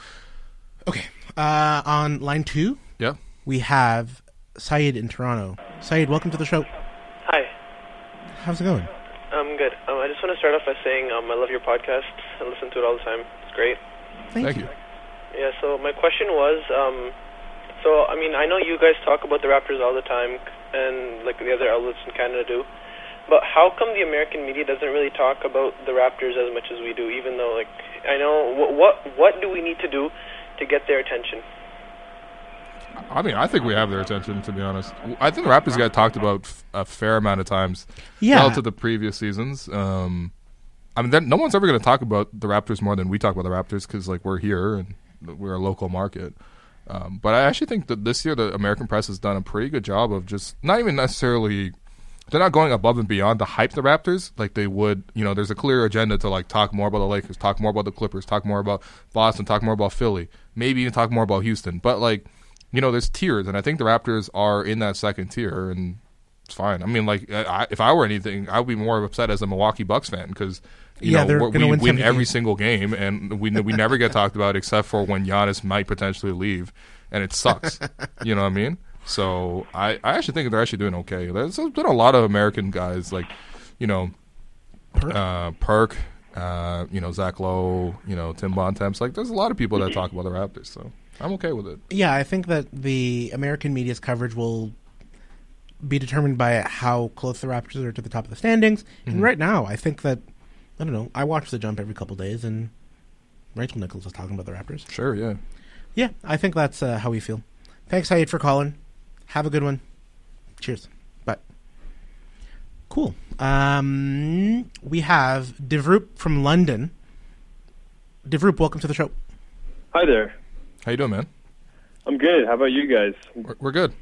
S2: Okay, uh, on line two
S1: Yeah.
S2: we have Syed in Toronto. Syed, welcome to the show.
S8: Hi,
S2: How's it going?
S8: I'm good. Um, I just want to start off by saying um, I love your podcast. I listen to it all the time. It's great.
S2: Thank,
S1: Thank you.
S8: Yeah. So my question was, um, so I mean, I know you guys talk about the Raptors all the time, and like the other outlets in Canada do, but how come the American media doesn't really talk about the Raptors as much as we do? Even though, like, I know what what what do we need to do to get their attention?
S1: I mean, I think we have their attention, to be honest. I think the Raptors got talked about f- a fair amount of times
S2: Yeah.
S1: relative to previous seasons. Um, I mean, that, no one's ever going to talk about the Raptors more than we talk about the Raptors because, like, we're here and we're a local market. Um, but I actually think that this year the American press has done a pretty good job of just not even necessarily they're not going above and beyond to hype the Raptors like they would. You know, there's a clear agenda to like talk more about the Lakers, talk more about the Clippers, talk more about Boston, talk more about Philly, maybe even talk more about Houston. But like, you know, there's tiers, and I think the Raptors are in that second tier, and it's fine. I mean, like, I, I- if I were anything, I would be more upset as a Milwaukee Bucks fan because you
S2: Yeah,
S1: know
S2: they're
S1: we're-
S2: gonna
S1: we
S2: win
S1: win
S2: 70
S1: every
S2: games.
S1: single game, and we we never get talked about except for when Giannis might potentially leave, and it sucks. you know what I mean? So I, I actually think they're actually doing okay. There's been a lot of American guys like, you know, Perk, uh, Perk uh, you know Zach Lowe, you know Tim Bontemps. Like, there's a lot of people that talk about the Raptors, so I'm okay with it.
S2: Yeah, I think that the American media's coverage will be determined by how close the Raptors are to the top of the standings.
S1: Mm-hmm.
S2: And right now, I think that I don't know. I watch the jump every couple days, and Rachel Nichols was talking about the Raptors.
S1: Sure, yeah.
S2: Yeah, I think that's uh, how we feel. Thanks, Hayat, for calling. Have a good one. Cheers. Bye. Cool. Um, we have Devroop from London. Devroop, welcome to the show.
S9: Hi there.
S1: How you doing, man?
S9: I'm good. How about you guys?
S1: We're, we're good.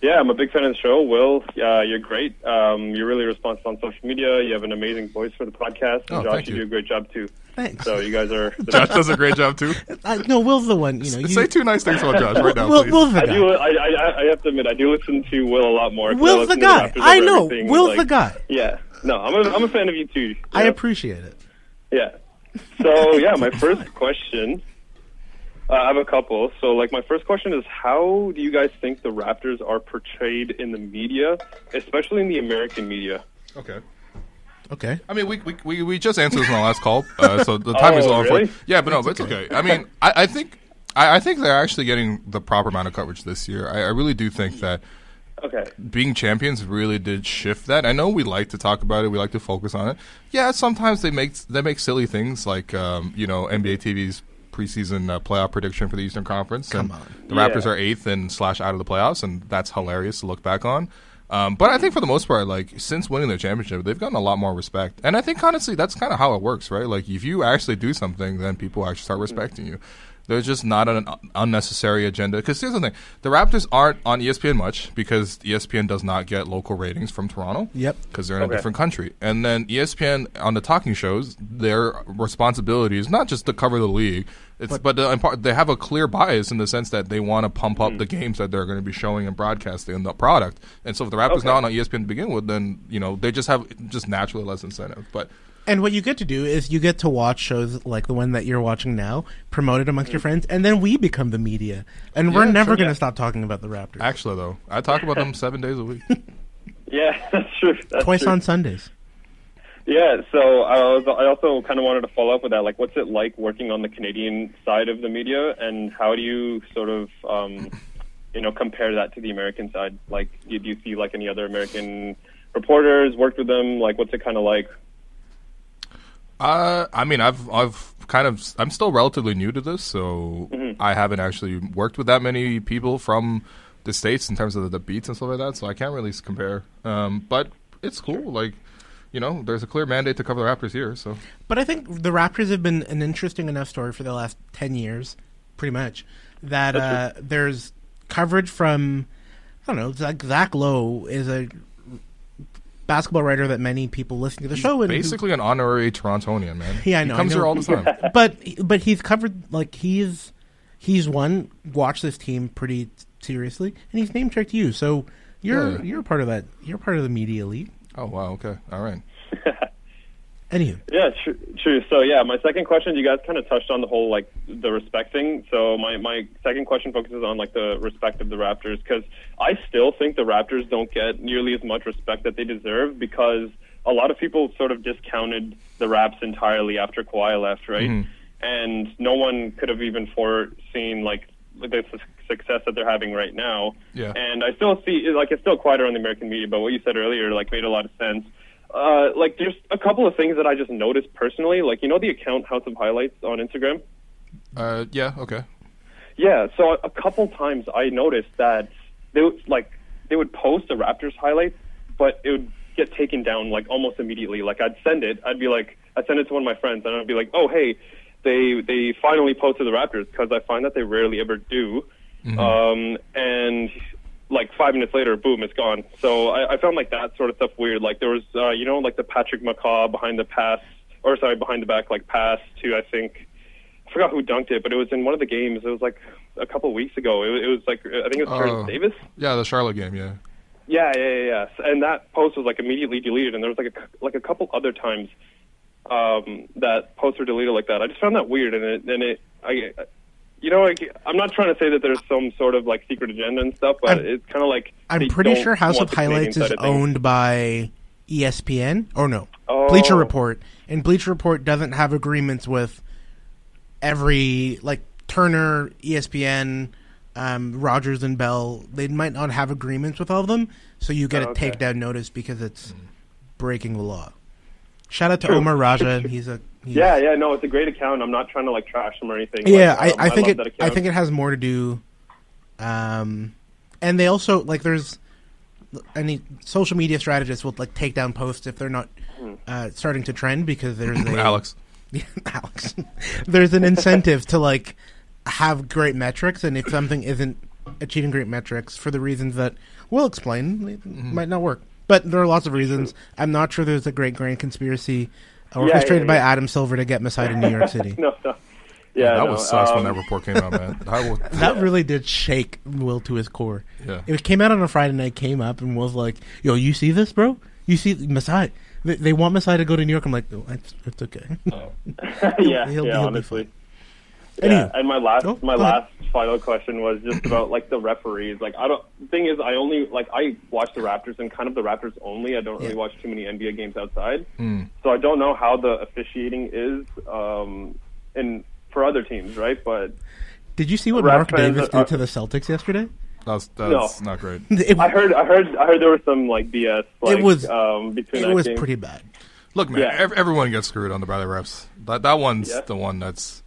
S9: Yeah, I'm a big fan of the show. Will, uh, you're great. Um, you're really responsive on social media. You have an amazing voice for the podcast.
S1: Oh,
S9: and Josh,
S1: thank you.
S9: do a great job too.
S2: Thanks.
S9: So you guys are. The
S1: Josh does a great job too.
S2: Uh, no, Will's the one. You know, you,
S1: Say two nice things about Josh right now,
S2: Will,
S1: please.
S2: Will's the
S9: I
S2: guy.
S9: do. I, I, I have to admit, I do listen to Will a lot more. 'cause I
S2: Will's the
S9: listen to
S2: guy.
S9: Raptors
S2: I
S9: over
S2: know.
S9: everything,
S2: Will's
S9: like-
S2: the guy.
S9: Yeah. No, I'm a, I'm a fan of you too.
S2: I
S9: Yeah.
S2: appreciate it.
S9: Yeah. So yeah, my first question. Uh, I have a couple. So like, my first question is, how do you guys think the Raptors are portrayed in the media, especially in the American media?
S1: Okay.
S2: Okay.
S1: I mean, we we, we, we just answered this on the last call, uh, so the time is
S9: Oh,
S1: all
S9: really?
S1: for. Yeah, but no, but it's okay. I mean, I, I think I, I think they're actually getting the proper amount of coverage this year. I, I really do think that
S9: Okay.
S1: being champions really did shift that. I know we like to talk about it, we like to focus on it. Yeah, sometimes they make they make silly things like um, you know NBA TV's preseason uh, playoff prediction for the Eastern Conference. Come and on, the Raptors
S9: Yeah.
S1: are eighth and slash out of the playoffs, and that's hilarious to look back on. Um, but I think for the most part, like since winning the championship, they've gotten a lot more respect, and I think honestly that's kind of how it works, right? Like if you actually do something, then people actually start respecting you. There's just not an un- unnecessary agenda. Because here's the thing: the Raptors aren't on E ESPN much because E ESPN does not get local ratings from Toronto.
S2: Yep.
S1: because they're in
S2: Okay.
S1: a different country. And then E ESPN on the talking shows, their responsibility is not just to cover the league. It's but, uh, in part, they have a clear bias in the sense that they want to pump up the games that they're going to be showing and broadcasting in the product. And so if the Raptors
S2: Okay.
S1: not on E ESPN to begin with, then you know they just have just naturally less incentive. But
S2: And what you get to do is you get to watch shows like the one that you're watching now, promoted amongst
S9: Mm.
S2: your friends, and then we become the media. And we're
S1: Yeah,
S2: never
S1: sure.
S2: going to
S1: Yeah.
S2: stop talking about the Raptors.
S1: Actually, though, I talk about them seven days a week.
S9: Yeah, that's true. That's
S2: Twice
S9: true.
S2: on Sundays.
S9: Yeah, so I, was, I also kind of wanted to follow up with that. Like, what's it like working on the Canadian side of the media, and how do you sort of, um, you know, compare that to the American side? Like, do you see like any other American reporters worked with them? Like, what's it kind of like?
S1: Uh, I mean, I've I've kind of I'm still relatively new to this, so I haven't actually worked with that many people from the states in terms of the, the beats and stuff like that. So I can't really s- compare. Um, but it's cool. Like, you know, there's a clear mandate to cover the Raptors here. So
S2: But I think the Raptors have been an interesting enough story for the last 10 years, pretty much, that uh,
S10: That's
S2: there's coverage from, I don't know, Zach, Zach Lowe is a basketball writer that many people listening to the show and who-
S1: basically, an honorary Torontonian man.
S2: Yeah, I
S1: He
S2: know. I
S1: comes
S2: know.
S1: here all the time.
S2: but but he's covered like he's he's one watched this team pretty seriously, and he's name checked you. So you're
S1: Yeah.
S2: you're part of that. You're part of the media elite.
S1: Oh wow. Okay. All right.
S2: Anywho,
S9: Yeah, true. true. So yeah, my second question, you guys kind of touched on the whole like the respect thing. So my my second question focuses on like the respect of the Raptors because I still think the Raptors don't get nearly as much respect that they deserve because a lot of people sort of discounted the Raps entirely after Kawhi left, right?
S1: Mm-hmm.
S9: And no one could have even foreseen like the su- success that they're having right now.
S1: Yeah.
S9: And I still see, like, it's still quieter on the American media, but what you said earlier, like, made a lot of sense. Uh, like, there's a couple of things that I just noticed personally. Like, you know the account House of Highlights on Instagram?
S1: Uh, yeah. Okay.
S9: Yeah, so a, a couple times I noticed that they would, like they would post a Raptors highlight, but it would get taken down like almost immediately. Like I'd send it, I'd be like, I'd send it to one of my friends, and I'd be like, oh hey, they they finally posted the Raptors because I find that they rarely ever do. Um, and like five minutes later, boom, it's gone. So I, I found like that sort of stuff weird. Like there was, uh, you know, like the Patrick McCaw behind the pass, or sorry, behind the back like pass to I think I forgot who dunked it, but it was in one of the games. It was like a couple of weeks ago. It was, it was like I think it was Terrence
S1: Uh,
S9: Davis.
S1: Yeah, the Charlotte game. Yeah.
S9: Yeah, yeah, yeah, yeah. So- And that post was like immediately deleted, and there was like a cou- like a couple other times um, that posts were deleted like that. I just found that weird, and it and it I. You know, like, I'm not trying to say that there's some sort of like secret agenda and stuff, but
S2: I'm-
S9: it's kind of like
S2: I'm
S9: they
S2: pretty
S9: don't
S2: sure House
S9: want
S2: of
S9: the Canadian
S2: Highlights
S9: side
S2: is
S9: of things.
S2: owned by E ESPN or no
S9: Oh.
S2: Bleacher Report, and Bleacher Report doesn't have agreements with every like Turner, E ESPN, um, Rogers, and Bell. They might not have agreements with all of them, so you get
S9: Oh,
S2: a
S9: okay.
S2: takedown notice because it's breaking the law. Shout out to
S9: True.
S2: Omar Raja. He's a he's-
S9: Yeah, yeah, no, it's a great account. I'm not trying to like trash them or anything.
S2: yeah,
S9: Like, um,
S2: I, I think
S9: love
S2: it.
S9: that
S2: I
S9: account.
S2: think it has more to do, um, and they also like there's any social media strategists will like take down posts if they're not
S9: Hmm.
S2: uh, starting to trend because there's a,
S1: Alex.
S2: Yeah, Alex, there's an incentive to like have great metrics, and if something isn't achieving great metrics for the reasons that we'll explain, it might not work. But there are lots of reasons. I'm not sure there's a great grand conspiracy uh,
S9: yeah,
S2: orchestrated by
S9: yeah.
S2: Adam Silver to get Messiah to New York City.
S9: no, no. Yeah,
S1: that
S9: no,
S1: was sus when
S9: um,
S1: that report came out, man. That was,
S2: that really did shake Will to his core.
S1: Yeah.
S2: It came out on a Friday night, came up, and Will's like, yo, you see this, bro? You see Masai? They, they want Masai to go to New York. I'm like, oh, it's, it's okay.
S9: Oh. yeah,
S2: He'll-
S9: yeah,
S2: he'll be
S9: honestly.
S2: Anyway.
S9: Yeah, and my last
S2: Oh,
S9: my
S2: go ahead.
S9: last final question was just about like the referees. Like I don't the thing is I only like I watch the Raptors and kind of the Raptors only. I don't really watch too many NBA games outside.
S1: Hmm.
S9: So I don't know how the officiating is um in for other teams, right? But
S2: Did you see what
S9: Rap
S2: Mark
S9: fans
S2: Davis
S9: are-
S2: did to the Celtics yesterday?
S1: That's
S9: No.
S1: that's not great.
S9: I heard, I heard, I heard there was some like BS. Like,
S2: was-
S9: um, between
S2: it
S9: that
S2: was
S9: game.
S2: pretty bad.
S1: Look, man,
S9: Yeah.
S1: ev- everyone gets screwed on the by the refs. That that one's
S2: Yeah.
S1: the one that's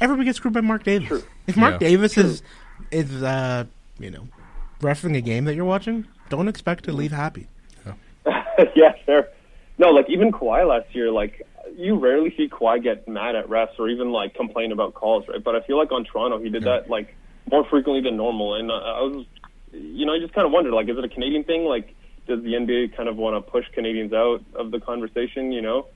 S2: Everybody gets screwed by Mark Davis. If Mark
S1: Yeah.
S2: Davis is is uh you know refing a game that you're watching, don't expect to leave happy.
S9: yeah, sure. No, like even Kawhi last year, like you rarely see Kawhi get mad at refs or even like complain about calls, right? But I feel like on Toronto, he did that like more frequently than normal, and uh, I was, you know, I just kind of wondered, like, is it a Canadian thing? Like, does the NBA kind of want to push Canadians out of the conversation? You know?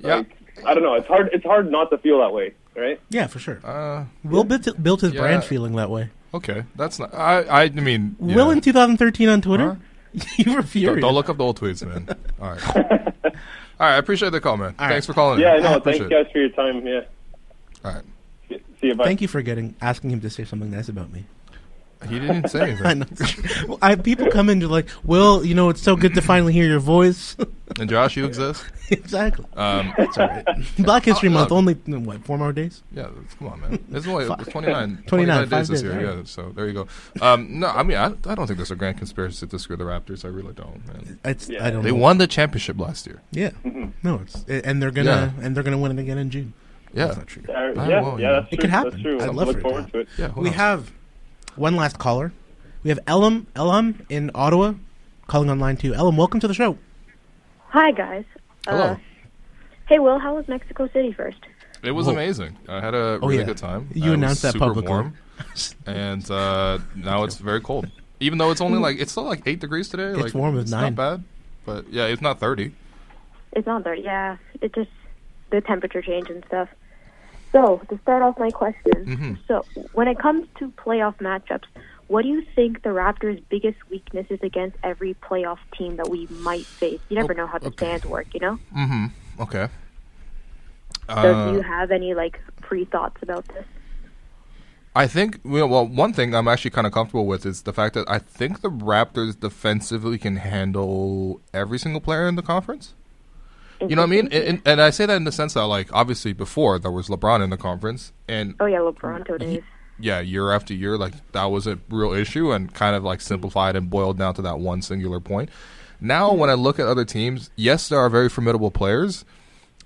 S1: Yeah.
S9: Like, I don't know. It's hard. It's hard not to feel that way, right?
S2: Yeah, for sure.
S1: Uh,
S2: Will built, built his
S1: Yeah.
S2: brand feeling that way.
S1: okay. That's not. I I, I mean, yeah.
S2: Will in 2013 on Twitter, you were
S1: don't,
S2: furious.
S1: don't look up the old tweets, man. All right. All right. I appreciate the call, man. Thanks for calling. in.
S9: Yeah, no. Thanks
S1: appreciate
S9: guys for your time. Yeah.
S1: All right.
S9: See see you. Bye.
S2: Thank you for getting asking him to say something nice about me.
S1: it. He didn't say anything.
S2: I know. Well, I, people come in, they're like, "Will, you know, it's so good to finally hear your voice."
S1: And Josh, you exist.
S2: exactly.
S1: Um,
S2: It's all right. Black History
S1: Oh,
S2: Month
S1: look.
S2: only mm, what four more days?
S1: Yeah, that's- come on, man. It's only
S2: Fuck.
S1: it's 29,
S2: 29,
S1: 29
S2: five
S1: days this
S2: days,
S1: year.
S2: right.
S1: Yeah, so there you go. Um, no, I mean, I, I don't think there's a grand conspiracy to screw the Raptors. I really don't, man.
S2: It's- I don't
S1: They
S2: know.
S1: won the championship last year.
S2: Yeah.
S9: Mm-hmm.
S2: No, it's and they're gonna and they're gonna win it again in June.
S1: Yeah.
S2: That's not true.
S1: Uh, yeah, Wow, yeah, yeah. that's
S2: it
S1: true,
S2: could
S1: that's
S2: happen.
S1: true.
S2: I'd
S1: I'm
S2: love
S1: looking
S2: for
S1: forward to it. Yeah, who
S2: we
S1: knows?
S2: have one last caller. We have Elam Elam in Ottawa calling on line two. Elam, welcome to the show.
S10: Hi, guys. Uh, hey, Will, how was Mexico City first?
S1: It was
S2: Whoa.
S1: amazing. I had a really
S2: Oh, yeah.
S1: good time.
S2: You
S1: Uh, it was
S2: announced that
S1: super
S2: publicly.
S1: warm, and uh, now it's very cold. Even though it's only like it's still like eight degrees today.
S2: It's
S1: like,
S2: warm, it's
S1: It's not
S2: nine.
S1: bad, but yeah, it's not thirty.
S10: It's not 30. Yeah, it just the temperature change and stuff. So to start off my question,
S5: Mm.
S1: Mm-hmm.
S10: so when it comes to playoff matchups, what do you think the Raptors' biggest weakness is against every playoff team that we might face? You never know how the stands work, you know.
S1: Mm-hmm. Okay.
S10: so
S1: Uh,
S10: do you have any like pre thoughts about this?
S1: I think well, well, one thing I'm actually kind of comfortable with is the fact that I think the Raptors defensively can handle every single player in the conference. You know what I
S10: Mm-hmm.
S1: mean? And, and- and I say that in the sense that, like, obviously before there was LeBron in the conference, and
S10: Oh yeah, LeBron days.
S1: yeah, year after year, like that was a real issue, and kind of like simplified and boiled down to that one singular point. Now, when I look at other teams, yes, there are very formidable players.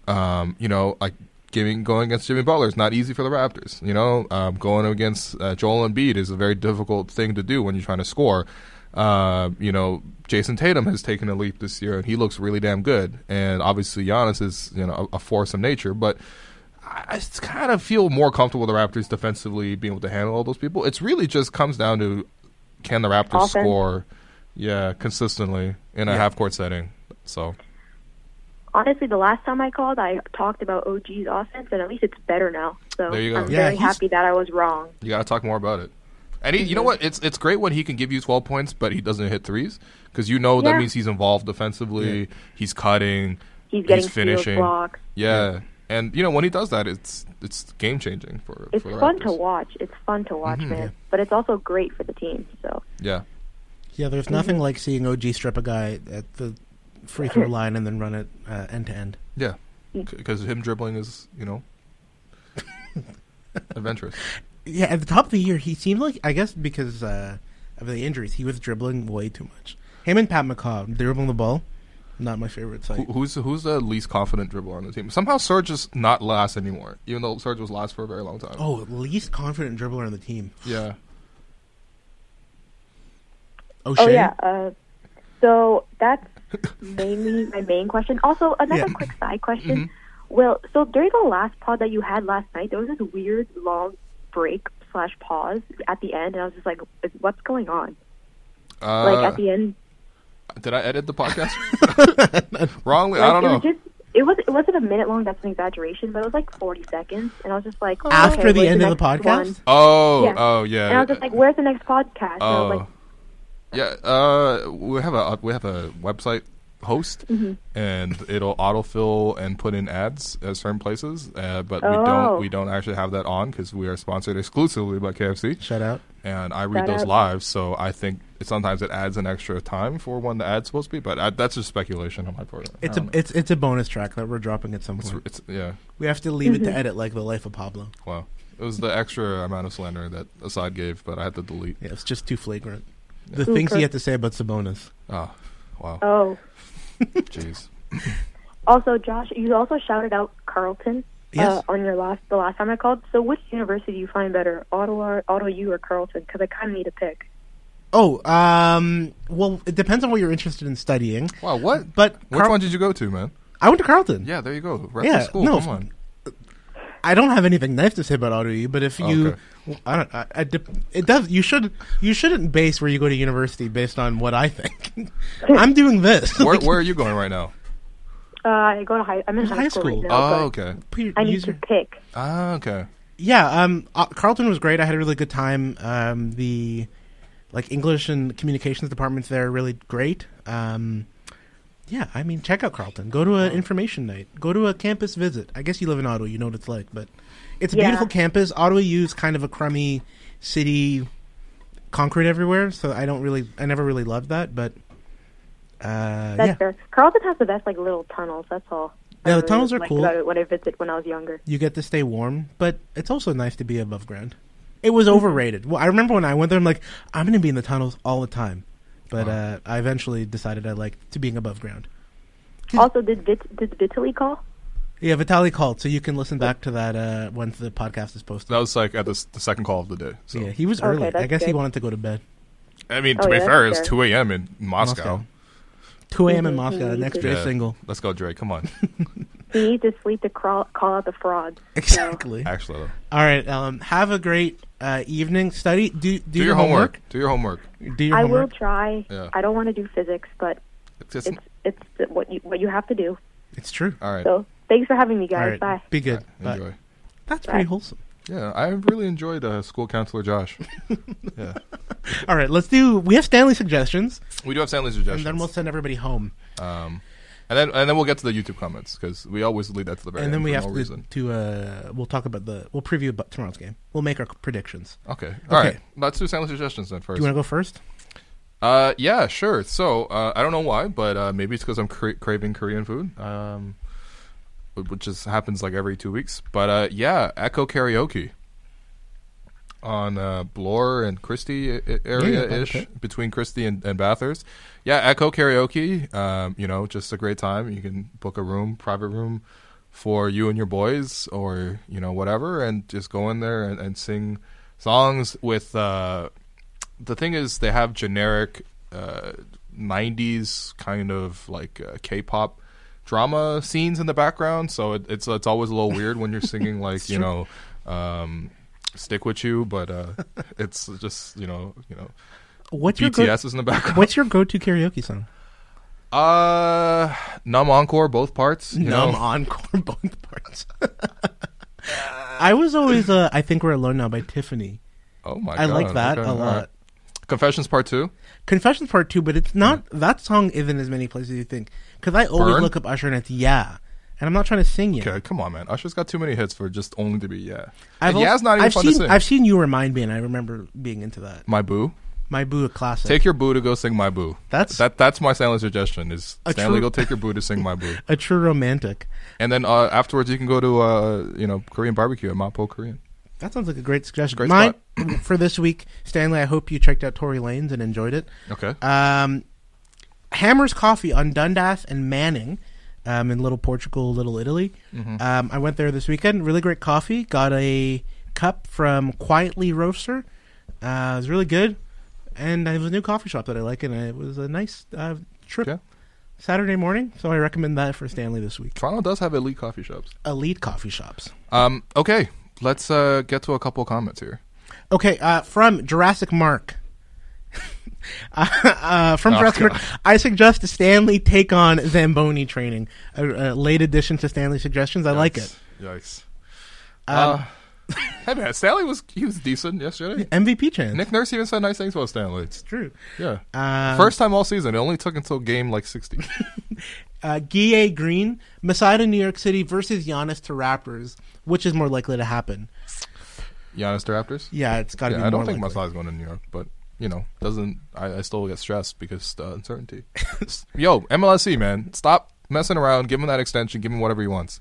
S1: Um, you know, like giving going against Jimmy Butler is not easy for the Raptors. You know, um, going against uh, Joel Embiid is a very difficult thing to do when you're trying to score. Uh, you know, Jason Tatum has taken a leap this year, and he looks really damn good. And obviously, Giannis is you know a, a force of nature, but. I I just kind of feel more comfortable with the Raptors defensively being able to handle all those people. It's really just comes down to can the Raptors
S10: Offense.
S1: score, yeah, consistently in a half court setting. So
S10: Honestly, the last time I called, I talked about OG's offense, and at least it's better now. So
S1: There you go.
S10: I'm
S1: Yeah,
S10: very
S1: he's-
S10: happy that I was wrong.
S1: you got to talk more about it. And he, you know what? It's it's great when he can give you twelve points, but he doesn't hit threes because you know that
S10: Yeah.
S1: means he's involved defensively. He's cutting.
S10: He's getting steals,
S1: finishing.
S10: blocks.
S1: Yeah. and you know when he does that, it's it's game changing for.
S10: It's
S1: for the
S10: fun
S1: Raptors.
S10: to watch. It's fun to watch,
S1: Mhm.
S10: man.
S1: Yeah.
S10: But it's also great for the team. So
S1: Yeah.
S2: Yeah,
S10: Mm-hmm.
S2: there's nothing like seeing OG strip a guy at the free throw line and then run it uh, end to end.
S1: Yeah,
S10: Mm.
S1: because him dribbling is you know adventurous.
S2: Yeah, at the top of the year, he seemed like I guess because uh, of the injuries, he was dribbling way too much. Him and Pat McCaw dribbling the ball, not my favorite sight.
S1: Who, who's who's the least confident dribbler on the team? Somehow Serge is not last anymore, even though Serge was last for a very long time.
S2: Oh, least confident dribbler on the team.
S1: yeah,
S2: O'Shea.
S10: Oh yeah. Uh, so that's mainly my main question. Also, another
S2: Yeah.
S10: quick side
S5: Mm-hmm.
S1: Mm-hmm.
S10: question. Well, so during the last pod that you had last night, there was this weird long break slash pause at the end, and I was just like, "Is- "What's going on?"
S1: uh,
S10: like at the end,
S1: did I edit the podcast wrongly? I
S10: like,
S1: don't
S10: it
S1: know.
S10: was just. It was it wasn't a minute long. That's an exaggeration, but it was like forty seconds, and I was just like,
S2: Oh. After
S10: okay,
S2: the
S10: where's
S2: end of the
S10: next
S2: podcast?
S10: one?
S1: Oh,
S10: yeah.
S1: oh yeah.
S10: And I was just like, "Where's the next podcast?" And I was like,
S1: oh, yeah. Uh, we have a we have a website host,
S10: Mhm.
S1: and it'll autofill and put in ads at certain places. Uh, but we
S10: Oh.
S1: don't we don't actually have that on because we are sponsored exclusively by KFC.
S2: Shout out.
S1: And I read
S10: Shout
S1: those
S10: out.
S1: live, so I think it, sometimes it adds an extra time for when the ad's supposed to be. But I, that's just speculation on my part. I
S2: It's
S1: don't
S2: a it's it's a bonus track that we're dropping at some point.
S1: Um, It's- yeah.
S2: We have to leave it
S10: Mhm.
S2: to edit like the life of Pablo.
S1: Wow. It was the extra amount of slander that Assad gave, but I had to delete.
S2: Yeah, it's just too flagrant. The things he had to say about Sabonis.
S1: Oh, wow.
S10: Oh.
S1: Jeez.
S10: Also, Josh, you also shouted out Carleton
S2: Yes.
S10: uh, on your last the last time I called. So, which university do you find better, Ottawa, Ottawa U, or Carleton? Because I kind of need a pick.
S2: Oh, um, well, it depends on what you're interested in studying.
S1: Wow, what?
S2: But
S1: Which one did you go to, man?
S2: I went to Carleton.
S1: Yeah, there you go. Right
S2: yeah,
S1: to school.
S2: no,
S1: Come on.
S2: I don't have anything nice to say about Auto U, but if
S1: Oh,
S2: you,
S1: okay.
S2: well, I don't, I, I dep- it does. You should, you shouldn't base where you go to university based on what I think. I'm doing this.
S1: Where, where are you going right now?
S10: Uh, I go to high. I'm in high,
S2: high
S10: school.
S2: school.
S10: Right now,
S1: Oh, okay.
S10: but I need to pick.
S1: Ah, okay.
S2: Yeah, um, uh, Carleton was great. I had a really good time. Um, the like English and communications departments there are really great. Um, yeah, I mean, check out Carleton. Go to an information night. Go to a campus visit. I guess you live in Ottawa, you know what it's like, but it's a
S11: Yeah.
S2: beautiful campus. Ottawa U is kind of a crummy city, concrete everywhere. So I don't really, I never really loved that, but uh,
S10: That's
S2: yeah,
S10: fair. Carleton has the best like little tunnels. That's all.
S2: Yeah,
S10: I
S2: the tunnels are
S10: liked
S2: cool.
S10: about it When I visited when I was younger.
S2: you get to stay warm, but it's also nice to be above ground. It was overrated. Well, I remember when I went there, I'm like, I'm going to be in the tunnels all the time. But uh, I eventually decided I liked to being above ground.
S10: also, did Vit- did Vitaly call?
S2: Yeah, Vitaly called, so you can listen back to that uh, when the podcast is posted.
S1: That was like at the, s- the second call of the day. So.
S2: Yeah, he was
S10: Okay,
S2: early. I
S10: that's
S2: guess he
S10: good.
S2: wanted to go to bed.
S1: I mean, to
S10: Oh,
S1: be
S10: yeah,
S1: fair,
S10: that's
S1: it's
S10: fair. Mm-hmm.
S1: 2 a.m. in Moscow.
S2: 2 a.m. in Moscow. The next day,
S1: Yeah.
S2: single.
S1: Let's go, Dre. Come on.
S10: He needs to sleep to crawl, call out the frauds.
S2: Exactly.
S1: Actually, though.
S2: All right. Um, have a great uh, evening. Study. Do do,
S1: Do, your homework. Do your homework.
S2: Do your
S10: I
S2: homework.
S10: will try.
S1: Yeah.
S10: I don't want to do physics, but
S1: It's,
S10: it's it's what you what you have to do.
S2: It's true. Uh,
S1: All right.
S10: So thanks for having me, guys.
S1: right.
S10: Bye.
S2: Be good.
S1: All right, enjoy.
S2: That's
S10: pretty
S2: wholesome.
S1: Yeah, I really enjoyed uh, school counselor Josh. yeah,
S2: All right. Let's do. We have Stanley suggestions,
S1: we do have Stanley's
S2: and
S1: suggestions.
S2: then we'll send everybody home,
S1: Um, and then and then we'll get to the YouTube comments because we always lead that to the very
S2: and then
S1: end
S2: we
S1: for
S2: have
S1: no
S2: to
S1: reason.
S2: to uh, we'll talk about the we'll preview about tomorrow's game. We'll make our predictions.
S1: Okay. All right. Let's do Stanley's suggestions then
S2: Do
S1: first.
S2: you want to go first?
S1: Uh, yeah, sure. So uh, I don't know why, but uh, maybe it's because I'm cra- craving Korean food, um, wh- which just happens like every two weeks. But uh, yeah, Echo Karaoke on uh, Bloor and Christie uh, area ish
S11: okay.
S1: between Christie and, and Bathurst. Yeah, Echo Karaoke. Um, you know, just a great time. You can book a room, private room, for you and your boys, or you know whatever, and just go in there and, and sing songs with. Uh, the thing is, they have generic uh, '90s kind of like uh, K-pop drama scenes in the background, so it, it's it's always a little weird when you're singing like you
S11: true.
S1: know um, "Stick with You," but uh, it's just you know you know
S2: What's your
S1: BTS
S2: go-
S1: is in the background.
S2: What's your go-to karaoke song?
S1: Uh, numb encore, both parts. You
S2: Numb
S1: know?
S2: encore, both parts. I was always uh, I think we're alone now by Tiffany.
S1: Oh my
S2: I like
S1: God,
S2: that
S1: okay,
S2: a
S1: all
S2: lot.
S1: right. Confessions part two.
S2: Confessions part two, but it's not that song isn't as many places as you think because I always
S1: Mm. Burn?
S2: look up Usher and it's yeah, and I'm not trying to sing yet.
S1: Okay, come on, man. Usher's got too many hits for just only to be yeah.
S2: I've
S1: and yeah,
S2: also-
S1: it's not even
S2: I've
S1: fun
S2: seen,
S1: to sing.
S2: I've seen you remind me, and I remember being into that.
S1: my boo.
S2: My boo, a classic.
S1: Take your boo to go sing my boo.
S2: That's-
S1: that. That's my Stanley suggestion. Is
S2: A
S1: Stanley go
S2: true-
S1: take your boo to sing my boo,
S2: a true romantic.
S1: and then uh, afterwards you can go to uh, you know Korean barbecue at Mapo Korean.
S2: That sounds like a great suggestion.
S1: Great
S2: Mine for this week, Stanley. I hope you checked out Tory Lanes and enjoyed it.
S1: Okay.
S2: Um, Hammer's Coffee on Dundas and Manning, um, in Little Portugal, Little Italy.
S1: Mm-hmm.
S11: Mhm.
S2: Um, I went there this weekend. Really great coffee. Got a cup from Quietly Roaster. Uh, it was really good, and it was a new coffee shop that I like, and it was a nice uh, trip. Saturday morning, so I recommend that for Stanley this week.
S1: Toronto does have elite coffee shops.
S2: Elite coffee shops.
S1: Um, okay, let's uh, get to a couple comments here.
S2: Okay, uh, from Jurassic Mark. uh, uh, from
S1: Oh,
S2: Jurassic Mark,
S1: God.
S2: I suggest Stanley take on Zamboni training. A, a late addition to Stanley's suggestions. I like it.
S1: Yikes.
S2: Um,
S1: Uh, hey man, Stanley was he was decent yesterday.
S2: MVP chance.
S1: Nick Nurse even said nice things about Stanley. It's
S2: true.
S1: Yeah.
S2: Um,
S1: First time all season. It only took until game like sixty.
S2: Uh, Guille Green, Masada, New York City versus Giannis to Raptors. Which is more likely to happen?
S1: Giannis to Raptors.
S2: Yeah, it's gotta be
S1: I don't
S2: more
S1: think
S2: likely.
S1: Masai's going to New York, but you know, doesn't I, I still get stressed because uh, the uncertainty. Yo, MLSC man, stop messing around. Give him that extension. Give him whatever he wants.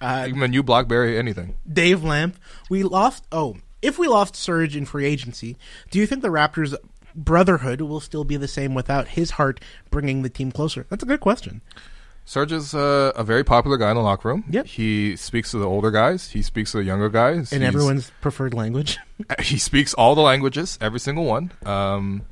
S2: Uh,
S1: you can you BlackBerry anything.
S2: Dave Lamp, we lost. Oh, if we lost Surge in free agency, do you think the Raptors' brotherhood will still be the same without his heart bringing the team closer? That's a good question.
S1: Serge is uh, a very popular guy in the locker room. Yep. He speaks to the older guys. He speaks to the younger guys.
S2: In
S1: He's-
S2: everyone's preferred language.
S1: he speaks all the languages, every single one. Um,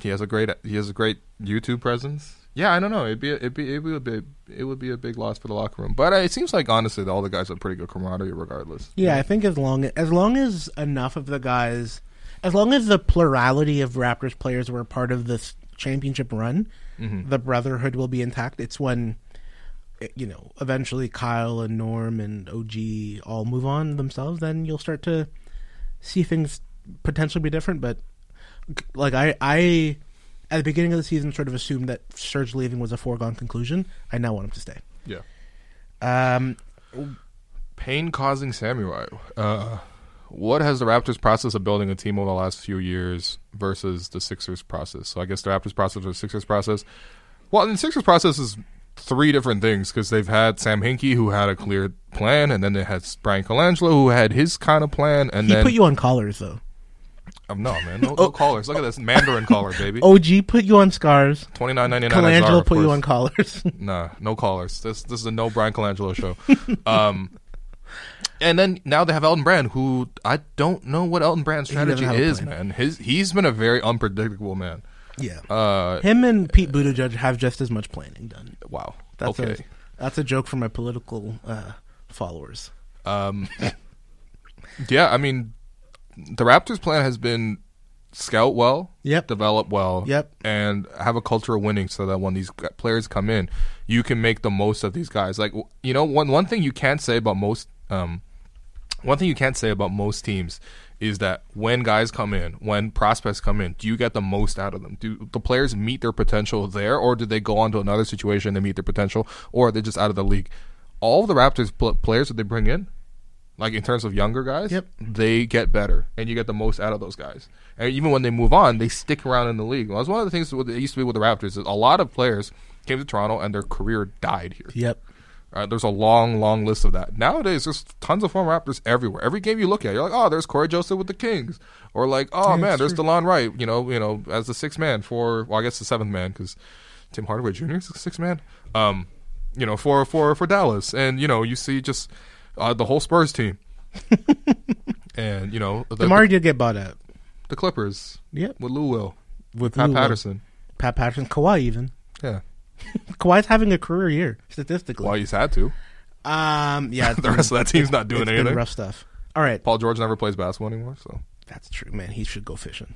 S1: he has a great he has a great YouTube presence. Yeah, I don't know. It'd be it'd be it would be it would be a big loss for the locker room. But uh, it seems like honestly, all the guys have pretty good camaraderie, regardless.
S2: Yeah, I think as long as long as enough of the guys, as long as the plurality of Raptors players were part of this championship run,
S1: Mhm.
S2: the brotherhood will be intact. It's when eh, you know eventually Kyle and Norm and OG all move on themselves, then you'll start to see things potentially be different. But g- like I, I at the beginning of the season sort of assumed that Serge leaving was a foregone conclusion. I now want him to stay.
S1: Yeah.
S2: Um,
S1: Pain causing samurai. Uh, what has the Raptors' process of building a team over the last few years versus the Sixers' process? So I guess the Raptors' process or Sixers' process. Well, the Sixers' process is three different things because they've had Sam Hinkie who had a clear plan, and then they had Brian Colangelo who had his kind of plan, and
S2: he
S1: then
S2: put you Oh. on collars though.
S1: um, no man, no, no callers. Look at this Mandarin caller, baby.
S2: OG put you on scars.
S1: Twenty nine ninety nine.
S2: Colangelo put you on collars.
S1: nah, no callers. This this is a no Brian Colangelo show. um, and then now they have Elton Brand, who I don't know what Elton Brand's
S2: He doesn't
S1: strategy
S2: have a
S1: is, man. His he's been a very unpredictable man.
S2: Yeah.
S1: Uh,
S2: Him and Pete Buttigieg have just as much planning done.
S1: Wow.
S2: That's
S1: Okay.
S2: A, that's a joke for my political uh, followers.
S1: Um, yeah, I mean, the Raptors' plan has been scout well,
S2: Yep.
S1: develop well,
S2: Yep.
S1: and have a culture of winning, so that when these g- players come in, you can make the most of these guys. Like w- you know, one one thing you can't say about most, um, one thing you can't say about most teams is that when guys come in, when prospects come in, do you get the most out of them? Do the players meet their potential there, or do they go on to another situation and meet their potential, or are they just out of the league? All the Raptors pl- players that they bring in, like in terms of younger guys, they get better, and you get the most out of those guys. And even when they move on, they stick around in the league. Well, that's one of the things that used to be with the Raptors is a lot of players came to Toronto and their career died here.
S2: Yep.
S1: Uh, there's a long, long list of that. Nowadays, there's tons of former Raptors everywhere. Every game you look at, you're like, oh, there's Corey Joseph with the Kings, or like, oh
S2: Yeah,
S1: man,
S2: it's
S1: there's
S2: true.
S1: DeLon Wright. You know, you know, as the sixth man for, well, I guess the seventh man because Tim Hardaway Jr. is the sixth man. Um, you know, for for for Dallas, and you know, you see just uh, the whole Spurs team, and you know, the,
S2: Damari did get bought out
S1: the Clippers.
S2: Yep.
S1: with Lou Will,
S2: with
S1: Pat
S2: Lou Will.
S1: Patterson.
S2: Pat Patterson, Kawhi even.
S1: Yeah.
S2: Kawhi's having a career year statistically.
S1: Well, he's had to.
S2: Um, yeah,
S1: the rest of that team's not doing
S2: it's been
S1: anything.
S2: rough stuff. All right,
S1: Paul George never plays basketball anymore, so
S2: that's true, man. He should go fishing.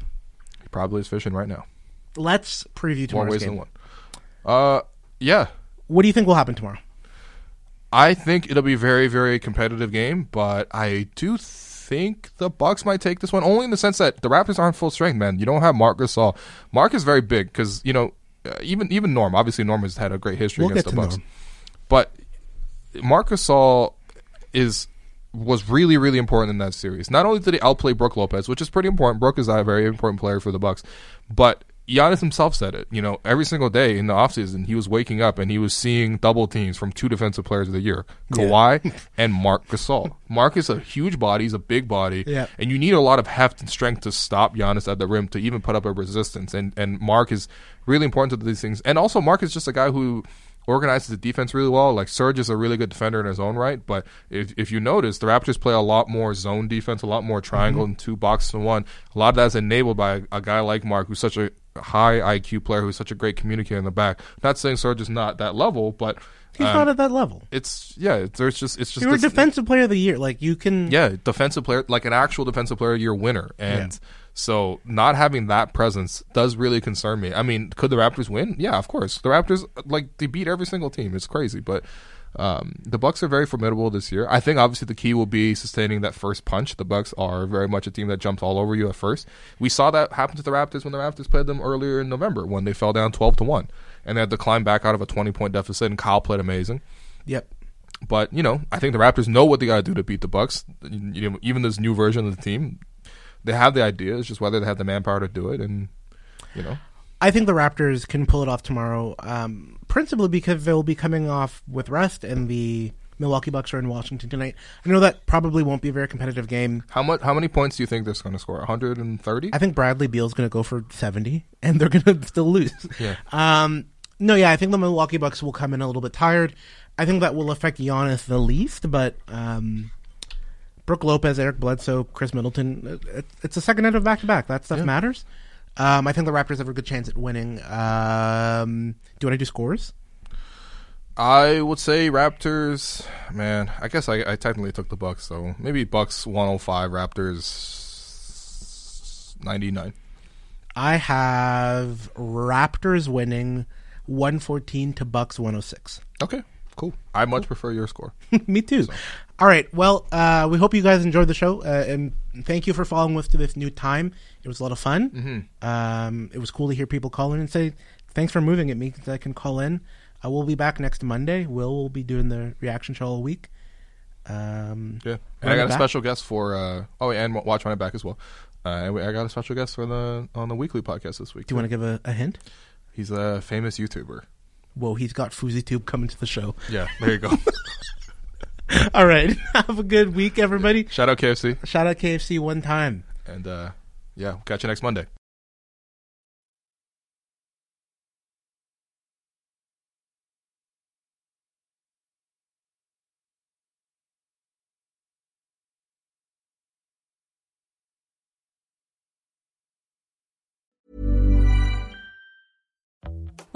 S1: he probably is fishing right now.
S2: Let's preview
S1: More
S2: tomorrow's
S1: ways
S2: game.
S1: than one. Uh, yeah.
S2: What do you think will happen tomorrow?
S1: I think it'll be a very, very competitive game, but I do think the Bucks might take this one, only in the sense that the Raptors aren't full strength, man. You don't have Mark Gasol. Mark is very big because you know, uh, even even Norm. Obviously, Norm has had a great history
S2: We'll
S1: against
S2: get
S1: the
S2: to
S1: Bucks,
S2: Norm.
S1: but Mark Gasol is was really, really important in that series. Not only did he outplay Brooke Lopez, which is pretty important. Brooke is a very important player for the Bucks, but Giannis himself said it. You know, every single day in the offseason, he was waking up and he was seeing double teams from two defensive players of the year, Kawhi and Mark Gasol. Mark is a huge body, he's a big body,
S2: Yeah.
S1: and you need a lot of heft and strength to stop Giannis at the rim to even put up a resistance. And and Mark is really important to these things. And also, Mark is just a guy who organizes the defense really well. Like Serge is a really good defender in his own right, but if if you notice, the Raptors play a lot more zone defense, a lot more triangle
S2: Mhm.
S1: and two box to one. A lot of that's enabled by a, a guy like Mark, who's such a high IQ player, who's such a great communicator in the back. Not saying Serge is not that level, but
S2: He's
S1: um,
S2: not at that level.
S1: It's yeah. It's, there's just it's just
S2: You were
S1: this-
S2: defensive player of the year. Like you can.
S1: yeah, defensive player, like an actual defensive player, you're a winner. And so not having that presence does really concern me. I mean, could the Raptors win? Yeah, of course. The Raptors, like, they beat every single team. It's crazy. But um, the Bucks are very formidable this year. I think obviously the key will be sustaining that first punch. The Bucks are very much a team that jumps all over you at first. We saw that happen to the Raptors when the Raptors played them earlier in November when they fell down 12 to 1 and they had to climb back out of a 20 point deficit and Kyle played amazing.
S2: Yep.
S1: But you know, I think the Raptors know what they got to do to beat the Bucks. You know, even this new version of the team, they have the idea. It's just whether they have the manpower to do it, and you know,
S2: I think the Raptors can pull it off tomorrow, um, principally because they'll be coming off with rest, and the Milwaukee Bucks are in Washington tonight. I know that probably won't be a very competitive game.
S1: How much? How many points do you think they're going to score? 130.
S2: I think Bradley Beal's going to go for 70, and they're going to still lose.
S1: Yeah.
S2: Um, no, yeah, I think the Milwaukee Bucks will come in a little bit tired. I think that will affect Giannis the least, but um, Brooke Lopez, Eric Bledsoe, Chris Middleton, it, it's a second night of back to back. That stuff
S1: Yeah.
S2: matters. Um, I think the Raptors have a good chance at winning. Um, do you want to do scores?
S1: I would say Raptors. Man, I guess I, I technically took the Bucks, so maybe Bucks 105, Raptors 99.
S2: I have Raptors winning 114 to Bucks 106.
S1: Okay, cool. I much prefer your score.
S2: Me too. All right. Well, uh, we hope you guys enjoyed the show, uh, and thank you for following with to this new time. It was a lot of fun.
S1: Mm-hmm.
S2: Um, it was cool to hear people call in and say thanks for moving. It means I can call in. I will be back next Monday. Will will be doing the reaction show all week. Um,
S1: Yeah, and
S2: we'll
S1: I
S2: be
S1: got a
S2: back.
S1: special guest for. Uh, oh, and watch my back as well. Uh, and we- I got a special guest for the on the weekly podcast this week.
S2: Do you want to give a, a hint?
S1: He's a famous YouTuber.
S2: Whoa, he's got Fuzzy Tube coming to the show.
S1: Yeah, there you go.
S2: all right. Have a good week, everybody.
S1: Shout out KFC,
S2: Shout out KFC one time.
S1: and uh, yeah, catch you next Monday.